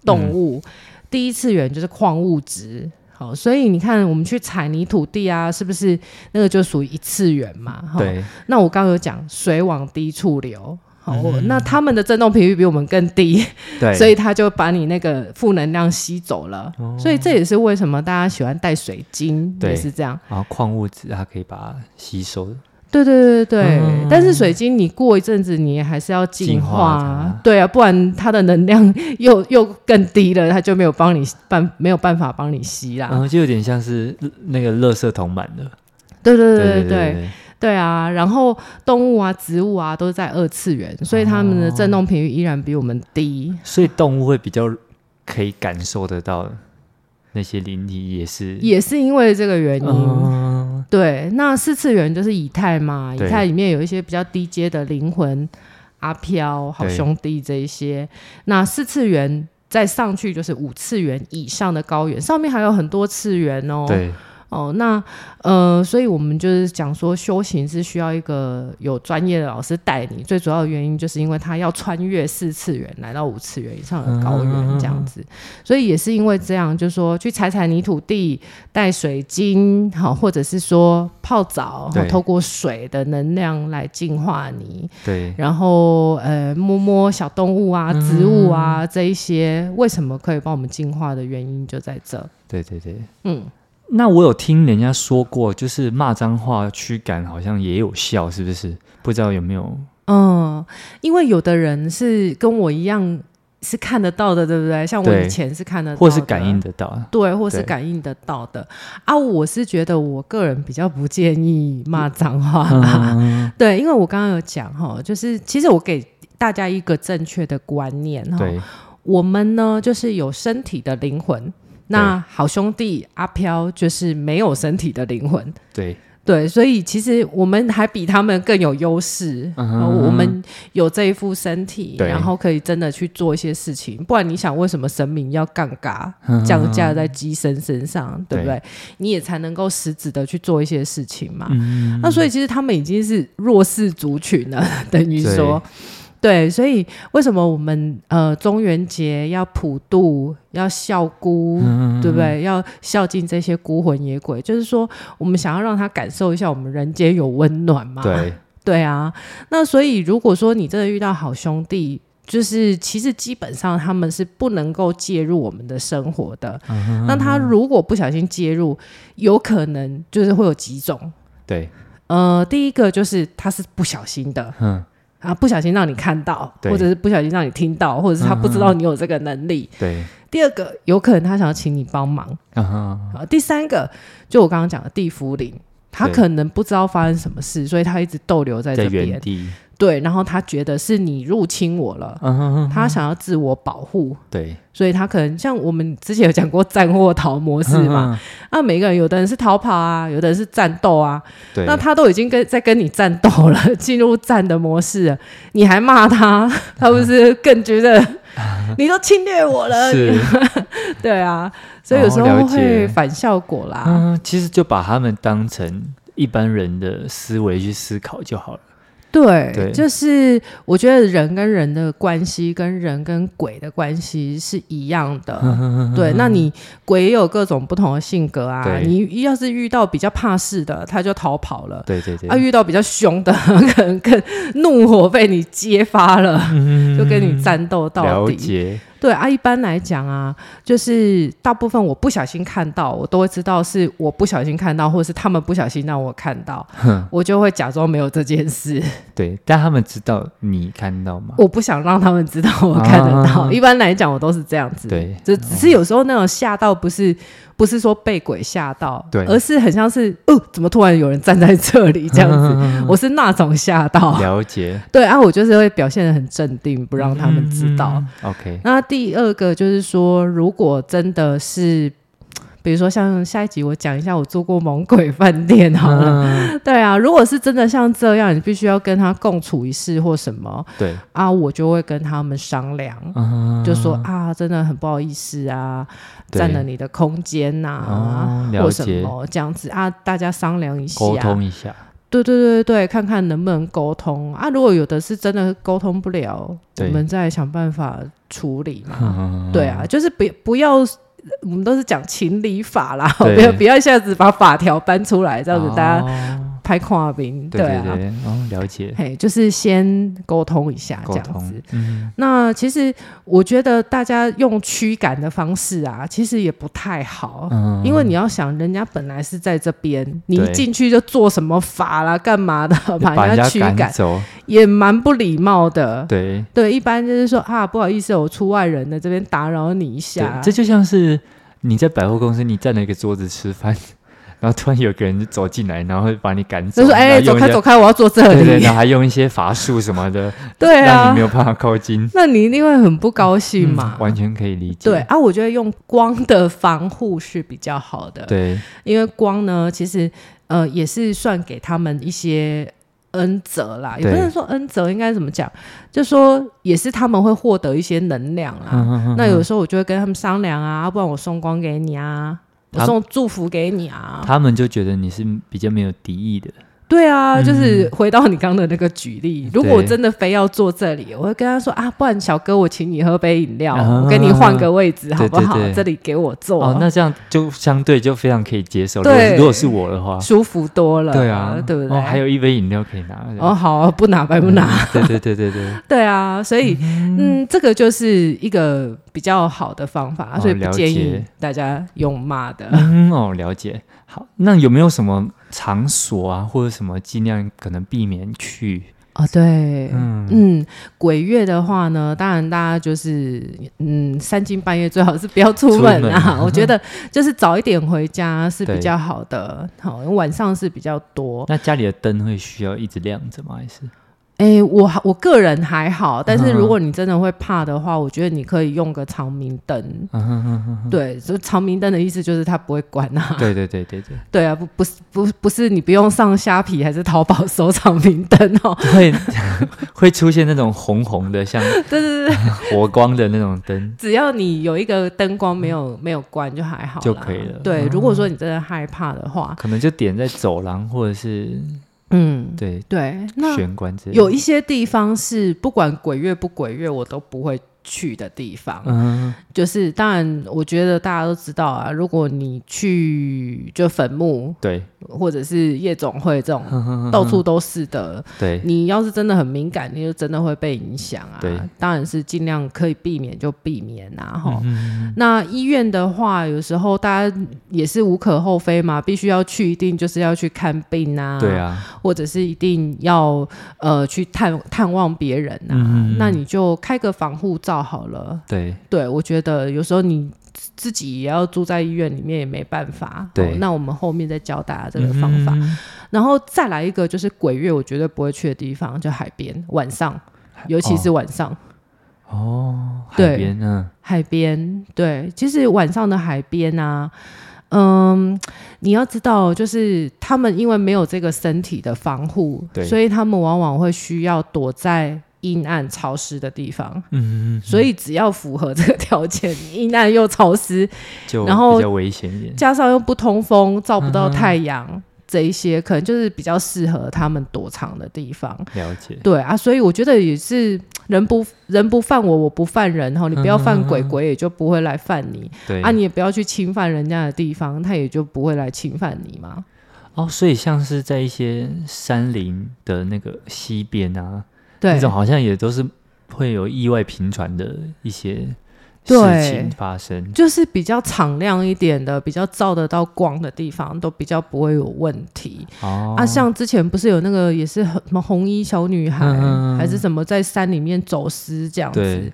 动物，第一次元就是矿物质。好，所以你看，我们去踩泥土地啊，是不是那个就属于一次元嘛？哈。
对，
那我刚刚有讲，水往低处流。好，我那他们的振动频率比我们更低，
嗯对， 哦
所以它就把你那个负能量吸走了。所以这也是为什么大家喜欢带水晶，
对
也是这样。
然后矿物质它可以把它吸收，
对对对对对，
嗯
但是水晶你过一阵子你还是要净
净
化
化
啊
它，
对啊，不然它的能量 又又更低了，它就没有帮你办没有办法帮你吸啦。
然嗯后就有点像是那个垃圾桶满了。
对对对
对
对对
对，
对啊，然后动物啊、植物啊都是在二次元，所以它们
哦
的振动频率依然比我们低。
所以动物会比较可以感受得到那些灵体，也是
也是因为这个原因，
嗯，
对，那四次元就是以太嘛，以
对
太里面有一些比较低阶的灵魂，阿飘、好
对
兄弟这一些。那四次元再上去就是五次元以上的高原，上面还有很多次元哦。
对，
哦，那呃，所以我们就是讲说，修行是需要一个有专业的老师带你。最主要的原因就是因为他要穿越四次元，来到五次元以上的高原这样子。所以也是因为这样，就是说去踩踩泥土地，带水晶，好、或者是说泡澡，好
对
透过水的能量来净化你。
对，
然后呃，摸摸小动物啊、植物啊、这一些，为什么可以帮我们净化的原因就在这。
对对对。
嗯，
那我有听人家说过，就是骂脏话驱赶好像也有效，是不是？不知道有没有？
嗯，因为有的人是跟我一样是看得到的，对不对？像我
对
以前是看得到的，
或是感应得到啊？
对，或是
对
感应得到的啊。我是觉得我个人比较不建议骂脏话啦，嗯对，因为我刚刚有讲哈，就是其实我给大家一个正确的观念哈，
对，
我们呢就是有身体的灵魂。那好兄弟阿飘就是没有身体的灵魂，
对，
对，所以其实我们还比他们更有优势，
嗯
然后我们有这一副身体，
对
然后可以真的去做一些事情。不然你想，为什么神明要杠嘎
嗯
降价在机身身上，对不对？你也才能够实质的去做一些事情嘛。
嗯，
那所以其实他们已经是弱势族群了， 等于说。对，所以为什么我们呃中元节要普渡，要孝
嗯
孤，对不对？要孝敬这些孤魂野鬼，就是说我们想要让他感受一下我们人间有温暖嘛。
对，
对啊，那所以如果说你真的遇到好兄弟，就是其实基本上他们是不能够介入我们的生活的。
嗯
那他如果不小心介入，有可能就是会有几种。
对，
呃，第一个就是他是不小心的，
嗯，
啊，不小心让你看到，
对
或者是不小心让你听到，或者是他不知道你有这个能力。
对，
第二个，有可能他想要请你帮忙。
嗯哼，
啊，第三个，就我刚刚讲的地府灵，他
对
可能不知道发生什么事，所以他一直逗留在
在
这
原
边。
地，
对，然后他觉得是你入侵我了，
嗯哼，
他想要自我保护，
对，
所以他可能像我们之前有讲过战或逃模式嘛。
嗯？
那、每个人，有的人是逃跑啊，有的人是战斗啊。
对，
那他都已经跟在跟你战斗了， 进入战的模式了，你还骂他， 他不是更 觉得你都侵略我了？
是，
对啊，所以有时
哦了
候
解
会反效果啦。
嗯，其实就把他们当成一般人的思维去思考就好了。
对，
对
就是我觉得人跟人的关系，跟人跟鬼的关系是一样 的。对，那你鬼也有各种不同的性格啊。
对
你要是遇到比较怕事的，他就逃跑了；
对对对，
啊，遇到比较凶的， 可能更怒火被你揭发了，
嗯
就跟你战斗到
了
底。
解，
对啊，一般来讲啊，就是大部分我不小心看到，我都会知道是我不小心看到，或者是他们不小心让我看到，我就会假装没有这件事。
对，但他们知道你看到吗？
我不想让他们知道我看得到。
啊
一般来讲，我都是这样子。
对
就只是有时候那种吓到，不是不是说被鬼吓到，
对
而是很像是哦，怎么突然有人站在这里这样
嗯
子？我是那种吓到。
了解，
对啊，我就是会表现的很镇定，不让他们知道。
嗯。嗯 OK，
那第二个就是说，如果真的是。比如说，像下一集我讲一下我做过猛鬼饭店好了，
嗯
对啊，如果是真的像这样，你必须要跟他共处一室或什么，
对，
啊，我就会跟他们商量，
嗯，
就说啊，真的很不好意思啊，
对
占了你的空间呐、
哦了
啊或什
解
么这样子啊，大家商量一下，
沟通一下，
对对对对，看看能不能沟通啊。如果有的是真的沟通不了，我
对
们再想办法处理嘛。
嗯，
对啊，就是不不要，我们都是讲情理法啦， 不
对
要不要一下子把法条搬出来，这样子大家
家
拍跨饼。
对哦对
啊，
对，哦，了解，
嘿，就是先沟通一下哎这
沟
样子
通。，嗯，
那其实我觉得大家用驱赶的方式啊，其实也不太好，
嗯
因为你要想，人家本来是在这边，你一
对
进去就做什么法啦、干嘛的，把
把人
人家
家
驱
赶
赶，
走，
也蛮不礼貌的。
对
对，一般就是说啊，不好意思，我出外人了，这边打扰你一
对
下，。
这就像是你在百货公司，你占了一个桌子吃饭，然后突然有个人就走进来，然后会把你赶走，
就说
然后
哎、走
用一
开
些
走开，我要坐这
对对，
里。
然后还用一些法术什么的，
对
让你
啊
没，有办法靠近，
那你一定会很不高兴
嗯
嘛。
完全可以理解，
对啊，我觉得用光的防护是比较好的。
对
因为光呢，其实呃也是算给他们一些恩泽啦，也
对
不能说恩泽，应该怎么讲？就说也是他们会获
嗯
得一时候一些能量啦。那有时候我就会跟他们商量啊，啊不然我送光给你啊。我送祝福给你啊。
他们就觉得你是比较没有敌意的，
对啊，
嗯
就是回到你刚刚的那个举例，如果我真的非要坐这里，我会跟他说啊，不然小哥我请你喝杯饮料，
啊
我跟你换个位置好不好？
对对对
这里给我坐，
哦，那这样就相对就非常可以接受。如果
对
是如果是我的话，
舒服多了，
对啊，
对不对？
哦，还有一杯饮料可以拿。嗯
哦，好啊，不拿白不拿，
对对对对 对，
对啊，所以嗯，这个就是一个比较好的方法，
哦
所以不
了
建议
解
大家用骂 的。
嗯，哦，了解。好，那有没有什么场所啊，或者什么尽量可能避免去？
哦，对，
嗯
嗯，鬼月的话呢，当然大家就是嗯，三更半夜最好是不要出门
出门
啊
啊。
我觉得就是早一点回家是比
对
较好的，好，因为晚上是比较多。
那家里的灯会需要一直亮着吗？还 是
哎，我我个人还好，但是
嗯
如果你真的会怕的话，我觉得你可以用个长明灯。
嗯哼哼哼哼，
对，就长明灯的意思就是它不会关啊。
对对对对对
对啊，不不是不不是你不用上虾皮还是淘宝搜长明灯 哦。
会会出现那种红红的，像
对对对，
火光的那种灯。
只要你有一个灯光没有没有关就还好啦，
就可以了
对，
嗯
如果说你真的害怕的话，
可能就点在走廊或者是
嗯，
对
对，那
玄关之类的。
有一些地方是不管鬼月不鬼月，我都不会。去的地方，
嗯，
就是当然，我觉得大家都知道啊。如果你去就坟墓
对，
或者是夜总会这种 到处都是的，
对，
你要是真的很敏感，你就真的会被影响啊。
对
当然是尽量可以避免就避免啊，哈、
嗯，
那医院的话，有时候大家也是无可厚非嘛，必须要去，一定就是要去看病啊，
对，啊，
或者是一定要呃去探探望别人啊。
嗯嗯嗯
那你就开个防护罩好了。
对，
对，我觉得有时候你自自己也要住在医院里面也没办法。
对嗯
哦那我们后面再教大家这个方法。然后再来一个就是鬼月，我绝对不会去的地方，就海边，晚上，尤其是晚上。
哦，
对
海边呢，
海边，对，其实晚上的海边啊，嗯，你要知道，就是他们因为没有这个身体的防护，
对
所以他们往往会需要躲在阴暗潮湿的地方。
嗯，
所以只要符合这个条件，阴暗又潮湿，
就
然后
比较危险一点。
加上又不通风，照不
嗯
到太阳，这一些可能就是比较适合他们躲藏的地方。
了解，
对啊，所以我觉得也是人不人不犯我，我不犯人哈。你不要犯
嗯
鬼，
嗯嗯
鬼也就不会来犯你
对
啊。你也不要去侵犯人家的地方，他也就不会来侵犯你嘛。
哦，所以像是在一些山林的那个溪边啊，
对
那种好像也都是会有意外频传的一些事
对
情发生。
就是比较敞亮一点的，比较照得到光的地方，都比较不会有问题、
哦，
啊。像之前不是有那个也是很什么红衣小女孩，
嗯嗯嗯
还是什么在山里面走失这样子
对。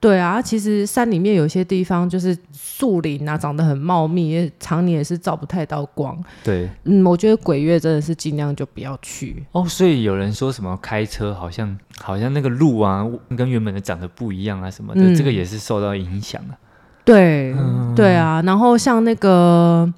对啊，其实山里面有些地方就是树林啊，长得很茂密，也常年也是照不太到光。
对
嗯，我觉得鬼月真的是尽量就不要去。
哦，所以有人说什么开车好像好像那个路啊，跟原本的长得不一样啊什么的，
嗯
这个也是受到影响啊。
对，
嗯
对啊。然后像那个，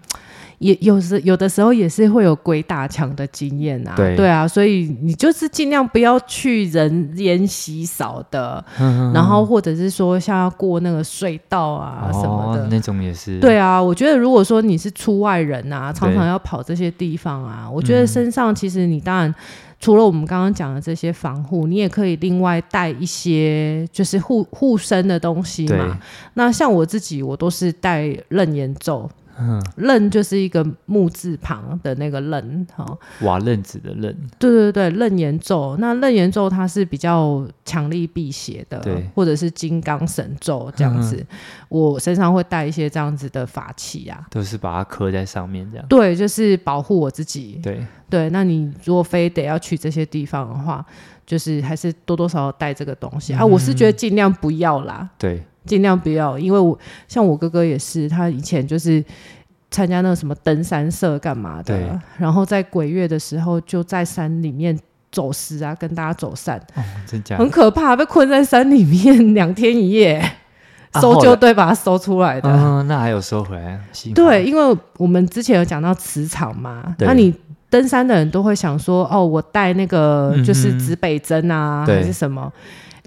也有时有的时候也是会有鬼打墙的经验啊。
对
啊，所以你就是尽量不要去人烟稀少的，
嗯
然后或者是说像要过那个隧道啊什么的。
哦、那种也是
对啊，我觉得如果说你是出外人啊，常
对嗯
常要跑这些地方啊，我觉得身上其实你当然除了我们刚刚讲的这些防护，你也可以另外带一些就是护护身的东西
对
嘛。那像我自己，我都是带楞严咒。
嗯
楞就是一个木字旁的那个楞，哈、
瓦楞子的楞，
对对对，楞严咒。那楞严咒它是比较强力辟邪的
对，嗯
或者是金刚神咒这样子。我身上会带一些这样子的法器啊，
都是把它刻在上面这样。
对，就是保护我自己。
对，
对，那你如果非得要去这些地方的话，就是还是多多少少带这个东西啊。我是
嗯
觉得尽量不要啦，
对，
尽量不要，因为我像我哥哥也是，他以前就是参加那个什么登山社干嘛
对
的，然后在鬼月的时候就在山里面走失啊，跟大家走散，
哦，真假的
很可怕，被困在山里面 两天一夜，
啊
搜
后
救
来
队把他搜出来的。
嗯，那还有收回来，幸好
对，，因为我们之前有讲到磁场嘛，
对
那你登山的人都会想说，哦，我带那个就是
嗯哼
指北针啊，
对
还是什么？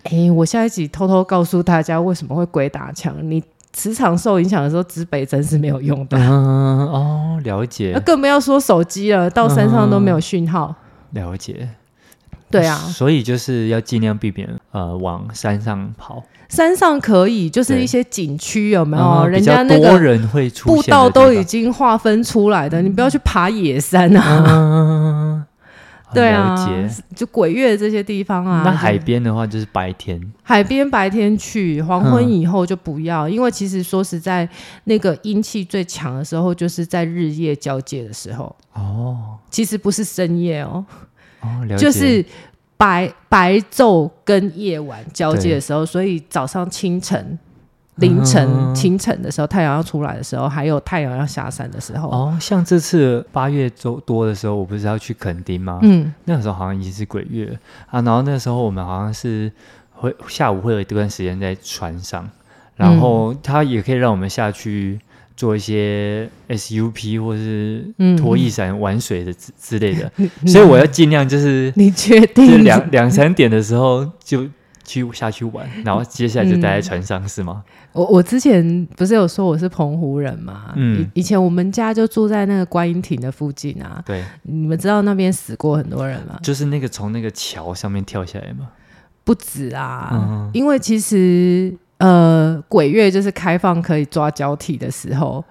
哎、我下一集偷偷告诉大家为什么会鬼打墙，你磁场受影响的时候，指北针是没有用的，
嗯，哦，了
那
解，
更不要说手机了，到山上都没有讯号。
了解。嗯
对啊，
所以就是要尽量避免呃往山上跑，
山上可以，就是
对
一些景区有没有？
嗯
人
比较
家那
多
个
人会出
步
现的
道都
地
已
方
经划分出来的，你不要去爬野山啊，
嗯，
对
了
啊
解。
就鬼月这些地方啊。
那
就
海边的话就是白天，
海边白天去，黄
嗯
昏以后就不要，因为其实说实在，那个阴气最强的时候就是在日夜交界的时候。哦，其实不是深夜哦，
哦，了解，
就是白白昼跟夜晚交界的时候，所以早上清晨。凌晨、
嗯
清晨的时候，太阳要出来的时候，还有太阳要下山的时候，
哦，像这次八月周多的时候，我不是要去垦丁吗？
嗯，
那个时候好像已经是鬼月了啊，然后那时候我们好像是会下午会有一段时间在船上，然后它也可以让我们下去做一些 SUP 或是
嗯
拖曳伞、玩水的之之类的，所以我要尽量 就是
你确
就是
定？
两两三点的时候就去下去玩，然后接下来就待在船上、是吗？
我我之前不是有说我是澎湖人嘛，
嗯
嗯，以前我们家就住在那个观音亭的附近啊，
对，
你们知道那边死过很多人吗？
就是那个从那个桥上面跳下来嘛。
不止啊，
嗯
因为其实呃，鬼月就是开放可以抓交替的时候，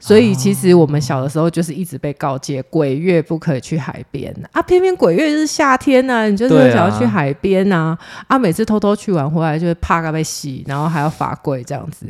所以其实我们小的时候就是一直被告诫，鬼月不可以去海边啊。偏偏鬼月就是夏天呐、你就是会
对啊
想要去海边呐、啊，每次偷偷去玩回来就是怕该被洗，然后还要罚跪这 样子。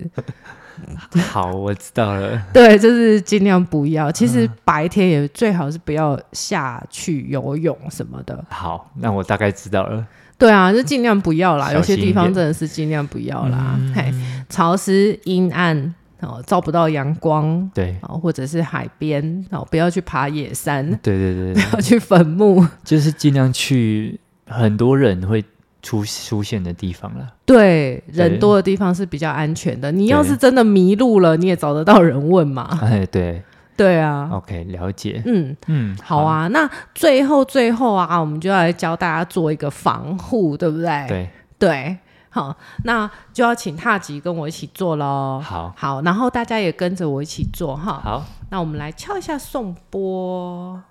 好，我知道了。
对，就是尽量不要。其
嗯
实白天也最好是不要下去游泳什么的。
好，那我大概知道了。
对啊，就尽量不要啦，
小
有
心
些
一点嗯
地方真的是尽量不要啦。嘿，潮湿、阴暗，哦，照不到阳光，
对，
哦，或者是海边，哦，不要去爬野山，
对对对对，
不 要去 坟墓。
就是尽量去很多人会出出现的地方啦。
对，人多的地方是比较安全的。你要是真的迷路了，你也找得到人 问嘛。
哎，对
对啊，
，OK，了解。
嗯，
嗯，
好。啊。那最后最后啊，我们就要来教大家做一个防护，对不对？
对，
对，好，那就要请踏吉跟我一起做喽。
好，
好，然后大家也跟着我一起做哈。
好，
那我们来敲一下颂钵。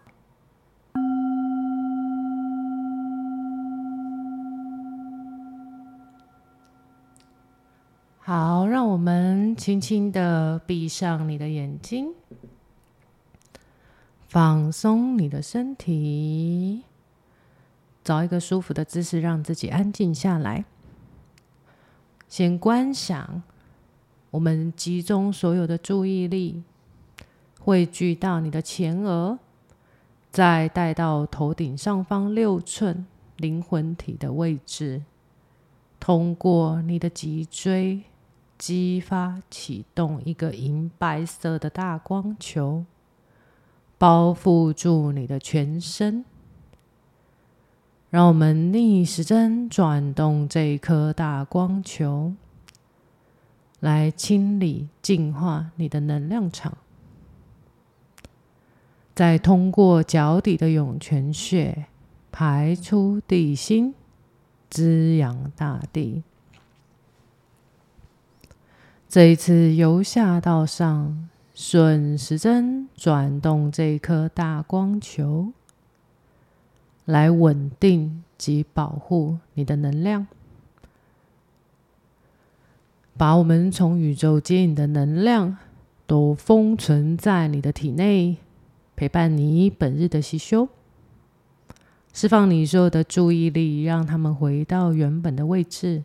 好，让我们轻轻的闭上你的眼睛，放松你的身体，找一个舒服的姿势，让自己安静下来。先观想，我们集中所有的注意力，汇聚到你的前额，再带到头顶上方六寸灵魂体的位置，通过你的脊椎激发启动一个银白色的大光球，包覆住你的全身。让我们逆时针转动这一颗大光球，来清理、净化你的能量场。再通过脚底的涌泉穴排出地心，滋养大地。这一次由下到上，顺时针转动这一颗大光球，来稳定及保护你的能量，把我们从宇宙接引的能量都封存在你的体内。陪伴你本日的习修，释放你所有的注意力，让他们回到原本的位置，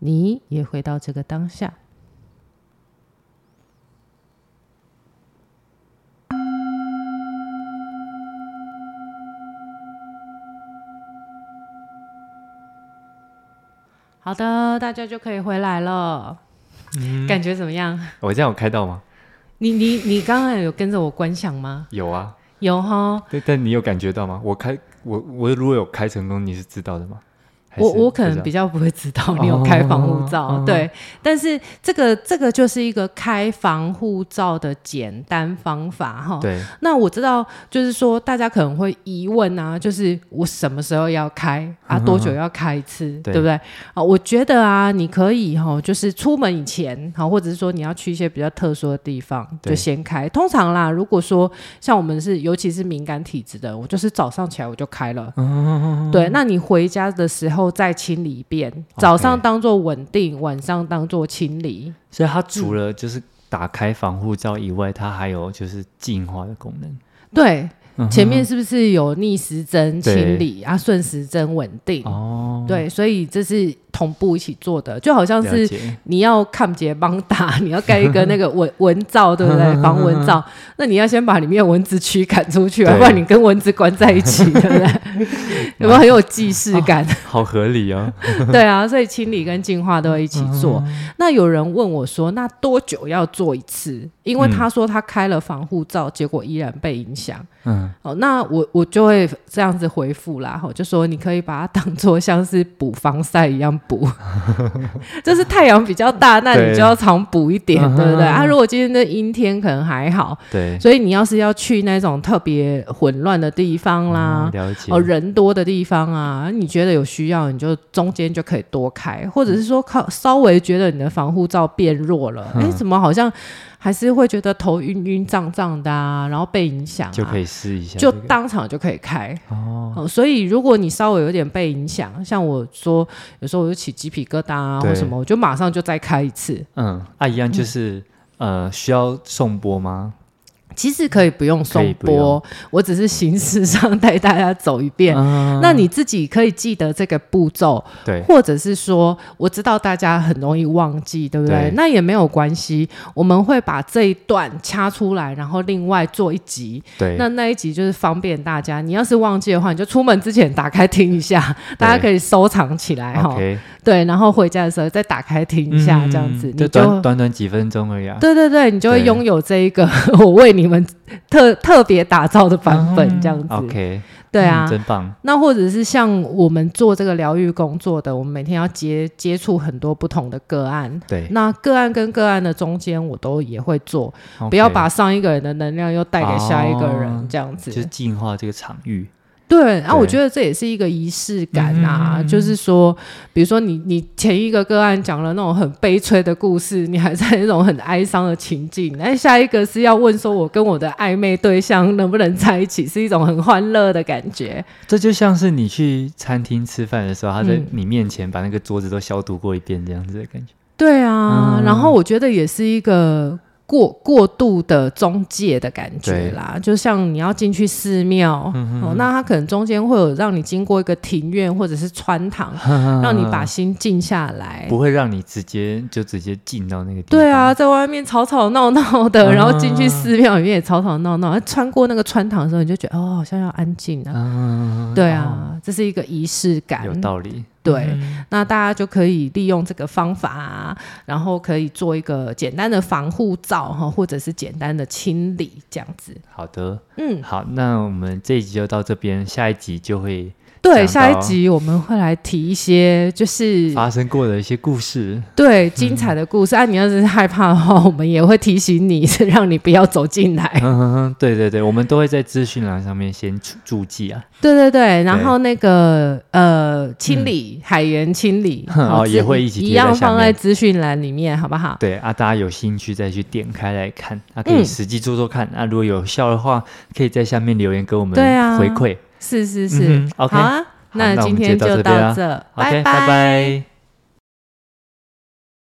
你也回到这个当下。好的，大家就可以回来了，感觉怎么样？
我这样有开到吗？
你你你刚才有跟着我观想吗？
有啊，
有哈，
但但你有感觉到吗？我开我我如果有开成功，你是知道的吗？还
我
是
我
不
可
知
能
道
比较不会知道你有开防护罩，
哦
对。但是这个这个就是一个开防护罩的简单方法哈。
对
那我知道，就是说大家可能会疑问啊，就是我什么时候要开
嗯
啊，
哼
多久要开一次，
对
对不对？啊，我觉得啊，你可以哈，就是出门以前好，或者是说你要去一些比较特殊的地方，
对
就先开。通常啦，如果说像我们是，尤其是敏感体质的人，我就是早上起来我就开了。
嗯
对，那你回家的时候再清理一遍，早上当做稳定，晚上当做清理。
所以它除了就是打开防护罩以外，它还有就是净化的功能。
对，
嗯哼
前面是不是有逆时针
对
清理啊？顺时针稳定。
哦，
对，所以这是同步一起做的，就好像
了
是
解，
你要看结帮打， 你要盖一个那 个蚊蚊罩，对不对？防蚊罩，那你要先把里面的蚊子驱赶出去啊，
对
不然你跟蚊子关在一起，对不 对？有没有很有既视感？
好合理哦。
对啊，所以清理跟净化都会一起做。
嗯
那有人问我说，那多久要做一次？因为他说他开了防护罩，结果依然被影响。
嗯，
哦，那我我就会这样子回复啦，吼，就说你可以把它当做像是补防晒一样补， 就是太阳比较大，那
对
你就要常补一点，对不对？
嗯
啊，如果今天的阴天可能还好，
对，
所以你要是要去那种特别混乱的地方啦
嗯，了解。
哦，人多的地方啊，你觉得有需要，你就中间就可以多开，或者是说靠稍微觉得你的防护罩变弱了，
嗯
哎、怎么好像还是会觉得头晕晕胀胀的啊，然后被影响、啊，
就可以试一下
就
这个
当场就可以开。
哦，
哦，所以如果你稍微有点被影响，像我说有时候我就起鸡皮疙瘩啊
对
或什么，我就马上就再开一次。
嗯，啊，一样就是呃，需要送播吗？
其实可以不用
可以
送
不
播，我只是形式上带大家走一
嗯
遍。那你自己可以记得这个步骤，
对，
或者是说，我知道大家很容易忘记，对不对？
对
那也没有关系，我们会把这一段掐出来，然后另外做一集。
对，
那那一集就是方便大家，你要是忘记的话，你就出门之前打开听一下，大家可以收藏起来哈。
OK，
对，然后回家的时候再打开听一下，这样子
嗯
你
就
就
短短短几分钟而已啊。
对对对，你就会
对
拥有这一个我为你们特特别打造的版本，这样子。
啊 OK，
对
嗯
啊，
真棒。
那或者是像我们做这个疗愈工作的，我们每天要接接触很多不同的个案。
对，
那个案跟个案的中间，我都也会做，
OK，哦
不要把上一个人的能量又带给下一个人，这样子。
就是净化这个场域。
对，然、后我
对
觉得这也是一个仪式感啊，就是说，比如说你你前一个个案讲了那种很悲催的故事，你还在那种很哀伤的情境，那下一个是要问说我跟我的暧昧对象能不能在一起，是一种很欢乐的感觉。
这就像是你去餐厅吃饭的时候，他在
嗯
你面前把那个桌子都消毒过一遍，这样子的感觉。
对啊，
嗯
然后我觉得也是一个过过度的中介的感觉啦，就像你要进去寺庙，哦，那它可能中间会有让你经过一个庭院或者是穿 堂，让你把心静下来。
不会让你直接就直接进到那个地方。
哎对啊，，在外面吵吵闹闹的，
啊
然后进去寺庙里面也吵吵闹闹，穿过那个穿堂的时候，你就觉得哦，好像要安静啊。
嗯，
对啊，这是一个仪式感。
啊有道理。嗯
对，那大家就可以利用这个方法、啊，然后可以做一个简单的防护罩哈，或者是简单的清理这样子。
好的，
嗯，
好，那我们这一集就到这边，下一集就会讲到
对，下一集我们会来提一些就是
发生过的一些故 事。
对精彩的故事、啊。你要是害怕的话，我们也会提醒你，是让你不要走进来。
嗯哼哼，对对对，我们都会在资讯栏上面先注注记啊，
对对对，然后那个呃，清理、海盐清理，
哼
好
嗯 哦
自
也会一起贴
一
在
样
下
放
面
在资讯栏里面，好不好？
对啊，大家有兴趣再去点开来看，啊，可以
嗯
实际做做看，啊，如果有效的话，可以在下面留言给我们
对啊
回馈。
是是是，
嗯哼，OK
好啊，
那我
今
们就
天
到
就
这边
到
啊
这，
OK，
拜
拜。